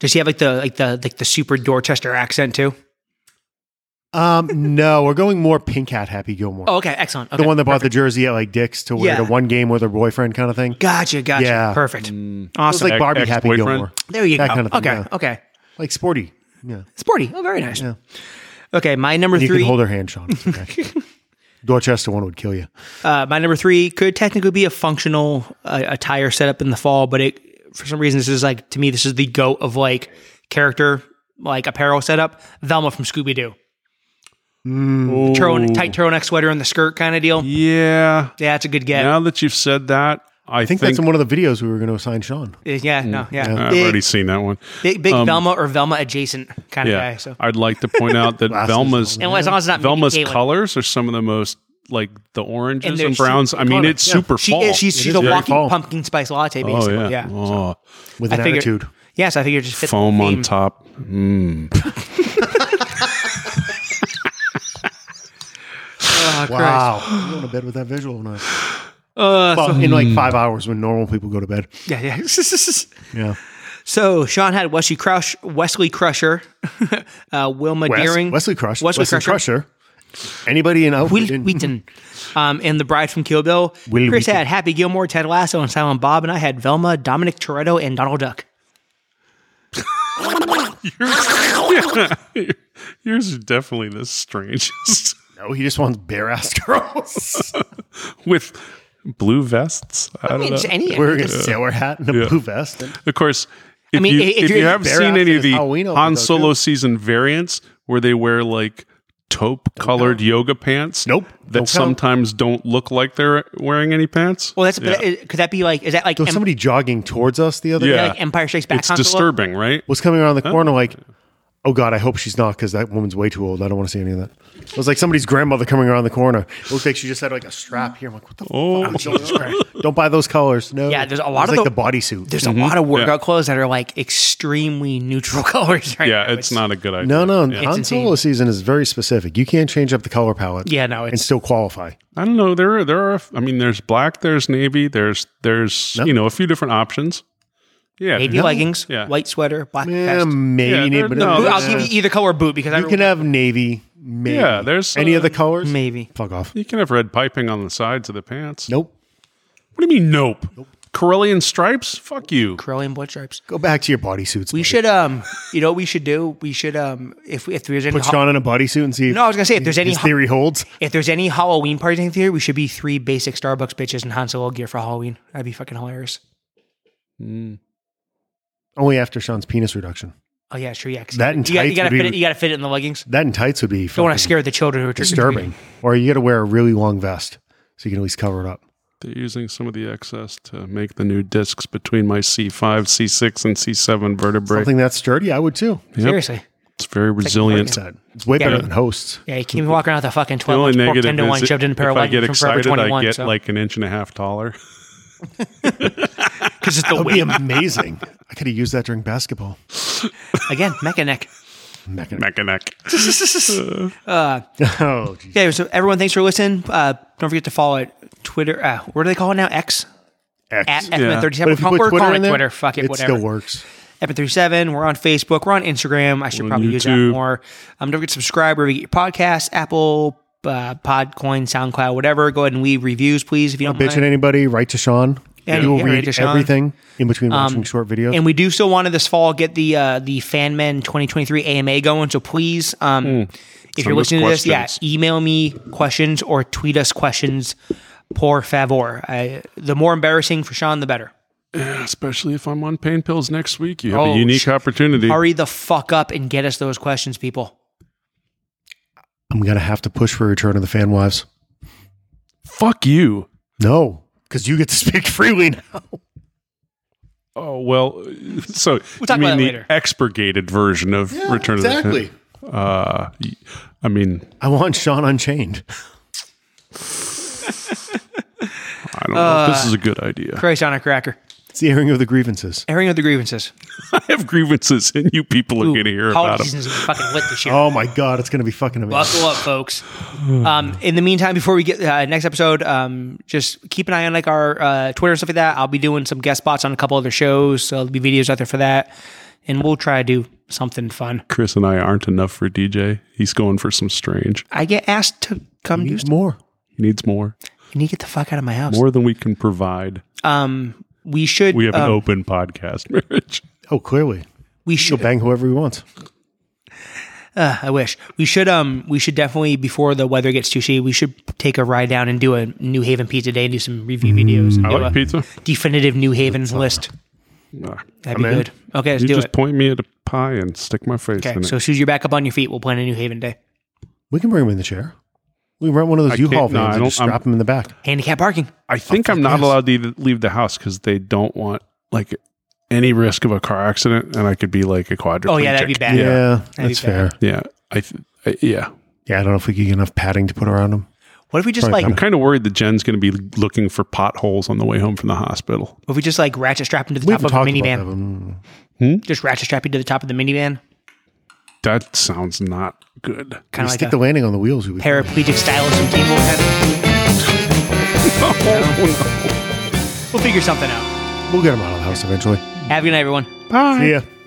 Speaker 1: Does he have like the like the like the super Dorchester accent too?
Speaker 2: Um, no, we're going more pink hat Happy Gilmore.
Speaker 1: Oh, okay, excellent. Okay.
Speaker 2: the one that bought the jersey at like Dick's to wear
Speaker 1: Yeah.
Speaker 2: to one game with her boyfriend kind of thing. It
Speaker 1: Gotcha, gotcha.
Speaker 2: Yeah.
Speaker 1: Perfect.
Speaker 2: was
Speaker 1: Awesome.
Speaker 2: like Barbie Happy
Speaker 3: Ex-boyfriend?
Speaker 2: Gilmore.
Speaker 1: there you
Speaker 2: that
Speaker 1: go.
Speaker 2: kind of thing,
Speaker 1: okay,
Speaker 2: yeah.
Speaker 1: okay.
Speaker 2: Like sporty. Yeah.
Speaker 1: Sporty. Oh, very nice. Okay, my number
Speaker 2: You
Speaker 1: three.
Speaker 2: can hold her hand, Sean.
Speaker 1: <laughs>
Speaker 2: It's okay. Dorchester one would kill you.
Speaker 1: Uh, my number three could technically be a functional uh, attire setup in the fall, but it for some reason this is like to me this is the goat of like character like apparel setup. Velma from Scooby Doo, turtle tight turtleneck sweater and the skirt kind of deal. Yeah,
Speaker 3: Mm. Yeah.
Speaker 1: that's a good get.
Speaker 3: Now that you've said that, I,
Speaker 2: I think, that's in one of the videos we were going to assign Sean.
Speaker 1: Uh, Yeah, no, yeah,
Speaker 3: I've
Speaker 1: big,
Speaker 3: already seen that one.
Speaker 1: big, big Velma or Velma adjacent kind of
Speaker 3: Um, Yeah.
Speaker 1: guy. So
Speaker 3: I'd like to point out
Speaker 1: <laughs>
Speaker 3: that Velma's
Speaker 1: and as long as it's not Mindy
Speaker 3: Velma's
Speaker 1: Kaling.
Speaker 3: colors are some of the most like the oranges
Speaker 1: And
Speaker 3: and,
Speaker 1: they're
Speaker 3: browns. I mean,
Speaker 1: color,
Speaker 3: it's super
Speaker 1: She
Speaker 3: fall.
Speaker 1: is she's, she's
Speaker 2: is
Speaker 1: a
Speaker 2: very
Speaker 1: walking
Speaker 2: fall.
Speaker 1: pumpkin spice latte
Speaker 3: oh
Speaker 1: basically. yeah.
Speaker 3: yeah. Oh,
Speaker 2: With
Speaker 1: I
Speaker 2: an
Speaker 1: figure-
Speaker 2: attitude.
Speaker 1: Yes, I figure it just fits the
Speaker 3: foam on
Speaker 1: theme.
Speaker 3: top. Mm.
Speaker 1: Oh, Christ.
Speaker 2: Wow. I'm going to bed with that visual of nice.
Speaker 1: <sighs> Uh,
Speaker 2: Well, in like five hours when normal people go to bed.
Speaker 1: yeah, <laughs> yeah.
Speaker 2: Yeah.
Speaker 1: So Sean had Wesley Crush, Wesley Crusher, <laughs> uh, Wilma
Speaker 2: Wes-
Speaker 1: Deering,
Speaker 2: Wesley Crush.
Speaker 1: Wesley, Crusher,
Speaker 2: Anybody in oh,
Speaker 1: Will
Speaker 2: Wheaton?
Speaker 1: Wheaton, um, and the Bride from Kill Bill.
Speaker 2: Will
Speaker 1: Chris
Speaker 2: Wheaton.
Speaker 1: had Happy Gilmore, Ted Lasso, and Silent Bob, and I had Velma, Dominic Toretto, and Donald Duck.
Speaker 3: <laughs> Yours are definitely the strangest <laughs>
Speaker 2: No, he just wants bare
Speaker 1: <laughs>
Speaker 2: ass girls.
Speaker 3: with blue vests. I,
Speaker 1: I
Speaker 3: don't
Speaker 1: mean,
Speaker 3: know.
Speaker 1: just any.
Speaker 2: Wearing a sailor hat and a
Speaker 3: Yeah.
Speaker 2: blue vest. And
Speaker 3: Of course, if
Speaker 1: mean,
Speaker 3: you,
Speaker 1: i- if
Speaker 3: if you
Speaker 1: you're
Speaker 3: have
Speaker 2: bare
Speaker 3: seen
Speaker 2: ass
Speaker 3: any
Speaker 2: in
Speaker 3: of
Speaker 2: his
Speaker 3: the
Speaker 2: Halloween outfit,
Speaker 3: Han
Speaker 2: though,
Speaker 3: Solo
Speaker 2: too.
Speaker 3: season variants where they wear like taupe colored yoga pants.
Speaker 2: Nope.
Speaker 3: That
Speaker 2: Don't count.
Speaker 3: sometimes don't look like they're wearing any pants.
Speaker 1: well, that's but that- could that be like? Is that like,
Speaker 2: there was
Speaker 1: em-
Speaker 2: somebody jogging towards us the other
Speaker 3: Yeah.
Speaker 2: day.
Speaker 1: like Empire Strikes Back?
Speaker 3: it's
Speaker 1: Hans Solo?
Speaker 3: disturbing, right?
Speaker 2: Was coming around the corner like, oh God, I hope she's not because that woman's way too old. I don't want to see any of that. It was like somebody's grandmother coming around the corner. It looked like she just had like a strap here. I'm like, what the
Speaker 1: <laughs>
Speaker 3: Oh,
Speaker 2: fuck? Jesus Christ. Don't buy those colors. No.
Speaker 1: Yeah, there's a
Speaker 2: It
Speaker 1: lot
Speaker 2: was
Speaker 1: of
Speaker 2: like
Speaker 1: the-
Speaker 2: the, bodysuit.
Speaker 1: There's a lot of workout
Speaker 3: Mm-hmm. Yeah.
Speaker 1: clothes that are like extremely neutral <laughs> colors. Right
Speaker 3: Yeah,
Speaker 1: now.
Speaker 3: it's not a good idea.
Speaker 2: No, no. Han
Speaker 1: insane.
Speaker 2: Solo season is very specific. You can't change up the color palette.
Speaker 1: Yeah, no,
Speaker 2: and
Speaker 1: it's
Speaker 2: still qualify.
Speaker 3: I don't know. There are there are. I mean, there's black. There's navy. There's there's you know a few different options. Yeah,
Speaker 1: navy leggings,
Speaker 3: Yeah.
Speaker 1: white sweater, black
Speaker 2: Yeah,
Speaker 1: vest.
Speaker 2: maybe.
Speaker 3: Yeah,
Speaker 2: need-
Speaker 3: there-
Speaker 2: but
Speaker 3: no,
Speaker 1: Boot-
Speaker 3: that's-
Speaker 1: I'll give you either color boot because
Speaker 2: You
Speaker 1: I
Speaker 2: can have navy. Maybe.
Speaker 3: Yeah, there's,
Speaker 2: any
Speaker 3: uh,
Speaker 2: of the colors.
Speaker 1: maybe.
Speaker 2: Fuck off.
Speaker 3: you can have red piping on the sides of the pants.
Speaker 2: Nope.
Speaker 3: What do you mean? Nope. Corellian stripes. Fuck you.
Speaker 1: Corellian blood stripes.
Speaker 2: Go back to your bodysuits.
Speaker 1: We should um, you know, what we should do. We should um, if if there's any
Speaker 2: put Sean in a bodysuit and see. if
Speaker 1: no, I was gonna say if there's any
Speaker 2: his theory holds.
Speaker 1: if there's any Halloween parties in here, we should be three basic Starbucks bitches in Han Solo gear for Halloween. That'd be fucking hilarious.
Speaker 2: Only after Sean's penis reduction.
Speaker 1: Oh yeah, sure, yeah. 'cause
Speaker 2: That and
Speaker 1: you, got, you
Speaker 2: tights
Speaker 1: gotta
Speaker 2: would
Speaker 1: fit
Speaker 2: be-
Speaker 1: it. You gotta fit it in the leggings.
Speaker 2: That and tights would be
Speaker 1: Don't want
Speaker 2: fucking
Speaker 1: to scare the children who are trick or
Speaker 2: disturbing. Or you got to wear a really long vest so you can at least cover it up.
Speaker 3: They're using some of the excess to make the new discs between my C5, C6, and C7 vertebrae.
Speaker 2: Something that's sturdy, I would too.
Speaker 1: treating. Seriously,
Speaker 3: It's very resilient.
Speaker 2: That- It's way
Speaker 1: Yeah.
Speaker 2: better than hosts.
Speaker 1: yeah. You can't be walking around with a fucking
Speaker 3: The only
Speaker 1: twelve inch pork
Speaker 3: negative
Speaker 1: ten to
Speaker 3: is
Speaker 1: one
Speaker 3: it-
Speaker 1: shoved in a pair
Speaker 3: if
Speaker 1: of
Speaker 3: I get
Speaker 1: leggings from Forever
Speaker 3: excited,
Speaker 1: Twenty
Speaker 3: I
Speaker 1: One.
Speaker 3: get
Speaker 1: Because
Speaker 3: like an inch and a half taller.
Speaker 1: it's the
Speaker 2: <laughs> That would be
Speaker 1: weight
Speaker 2: amazing. I could have used that during basketball.
Speaker 1: again, mecha neck.
Speaker 3: Neck and neck.
Speaker 2: <laughs> Oh, geez.
Speaker 1: Yeah. So everyone, thanks for listening. Uh, don't forget to follow it. Twitter. Uh, what do they call it now? X.
Speaker 2: X.
Speaker 1: At
Speaker 2: But
Speaker 1: X thirty seven.
Speaker 2: if you put
Speaker 1: We're
Speaker 2: Twitter
Speaker 1: calling
Speaker 2: in
Speaker 1: it
Speaker 2: there,
Speaker 1: Twitter. Fuck it.
Speaker 2: it
Speaker 1: Whatever.
Speaker 2: still works.
Speaker 1: Epic37. We're on Facebook. We're on Instagram. I should probably use that
Speaker 3: YouTube.
Speaker 1: more. Um, don't forget to subscribe wherever you get your podcast, Apple, uh, Podcoin, SoundCloud, whatever. Go ahead and leave reviews, please, if you don't
Speaker 2: Bitch at
Speaker 1: mind.
Speaker 2: anybody, write to Sean.
Speaker 1: Yeah,
Speaker 2: he will
Speaker 1: yeah, write
Speaker 2: read
Speaker 1: to Sean. Um,
Speaker 2: everything in between watching short videos.
Speaker 1: And we do still want to this fall get the uh, the FanMen 2023 AMA going. So please, um, if you're
Speaker 3: us
Speaker 1: listening to this, yeah,
Speaker 3: questions.
Speaker 1: email me questions or tweet us questions. Por favor. I, the more embarrassing for Sean, the better.
Speaker 3: Especially if I'm on pain pills next week. You have
Speaker 1: Oh,
Speaker 3: a unique
Speaker 1: sh-
Speaker 3: opportunity.
Speaker 1: Hurry the fuck up and get us those questions, people.
Speaker 2: I'm going to have to push for Return of the Fan Wives.
Speaker 3: Fuck you.
Speaker 2: No, because you get to speak <laughs> freely now.
Speaker 3: Oh, well, <laughs> so
Speaker 1: We'll
Speaker 3: you
Speaker 1: talk about
Speaker 3: mean
Speaker 1: that
Speaker 3: the
Speaker 1: later.
Speaker 3: expurgated version of Return of the King? Uh, y- I mean,
Speaker 2: I want Sean Unchained.
Speaker 3: I don't know if this is a
Speaker 1: Uh,
Speaker 3: good idea.
Speaker 1: Christ on a cracker.
Speaker 2: It's the airing of the grievances.
Speaker 1: Airing of the grievances.
Speaker 3: <laughs> I have grievances, and you people are going to hear
Speaker 1: Holiday
Speaker 3: about them.
Speaker 1: season's gonna be fucking lit this year.
Speaker 2: Oh my God, it's going to be fucking amazing.
Speaker 1: Buckle up,
Speaker 3: <sighs>
Speaker 1: folks. Um, in the meantime, before we get uh, next episode, um, just keep an eye on like our uh, Twitter and stuff like that. I'll be doing some guest spots on a couple other shows, so there'll be videos out there for that, and we'll try to do something fun.
Speaker 3: Chris and I aren't enough for DJ. He's going for some strange.
Speaker 1: I get asked to come do
Speaker 2: There's
Speaker 1: stuff,
Speaker 2: more.
Speaker 3: He needs more,
Speaker 1: and you get the fuck out of my house.
Speaker 3: more than we can provide.
Speaker 1: Um, we should.
Speaker 3: We have an
Speaker 1: um,
Speaker 3: open podcast <laughs> marriage.
Speaker 2: Oh, clearly.
Speaker 1: we
Speaker 2: Go
Speaker 1: should.
Speaker 2: bang whoever he wants.
Speaker 1: Uh, I wish we should. Um, we should definitely before the weather gets too shitty, we should take a ride down and do a New Haven pizza day and do some review videos. And
Speaker 3: Mm, I
Speaker 1: do
Speaker 3: like
Speaker 1: a
Speaker 3: pizza.
Speaker 1: definitive New Havens list. That'd be
Speaker 3: I'm in.
Speaker 1: good. Okay, let's
Speaker 3: you
Speaker 1: do
Speaker 3: just
Speaker 1: it.
Speaker 3: point me at a pie and stick my face
Speaker 1: Okay,
Speaker 3: in it.
Speaker 1: so as soon as you're back up on your feet, we'll plan a New Haven day.
Speaker 2: We can bring him in the chair. We can rent one of
Speaker 3: I
Speaker 2: those U-Haul
Speaker 3: can't- no, I
Speaker 2: vans
Speaker 3: don't-
Speaker 2: and just strap
Speaker 3: I'm-
Speaker 2: him in the back.
Speaker 1: Handicap parking.
Speaker 3: I think I'm not allowed to even leave the house because they don't want like any risk of a car accident, and I could be like a quadriplegic.
Speaker 1: Oh yeah, that'd be bad.
Speaker 2: Yeah,
Speaker 1: That'd be
Speaker 2: that's fair.
Speaker 3: Yeah, I th- I- yeah.
Speaker 2: Yeah, I don't know if we could get enough padding to put around him.
Speaker 1: What if we just
Speaker 2: Probably
Speaker 1: like
Speaker 3: I'm kind of worried that Jen's going to be looking for potholes on the way home from the hospital.
Speaker 1: what if we just like ratchet strap him to the
Speaker 2: We
Speaker 1: top
Speaker 2: haven't
Speaker 1: of a
Speaker 2: talked about that.
Speaker 1: minivan?
Speaker 2: um,
Speaker 1: Just ratchet strap him to the top of the minivan,
Speaker 3: That sounds not good.
Speaker 1: kind
Speaker 2: we
Speaker 1: of like
Speaker 2: stick
Speaker 1: a
Speaker 2: the landing on the wheels. We
Speaker 1: paraplegic style of some Teen Wolf
Speaker 2: <laughs>
Speaker 1: kind of-
Speaker 3: Oh,
Speaker 1: We'll figure something out.
Speaker 2: We'll get him out of the house eventually.
Speaker 1: Have a good night, everyone.
Speaker 3: no. Bye.
Speaker 2: Yeah.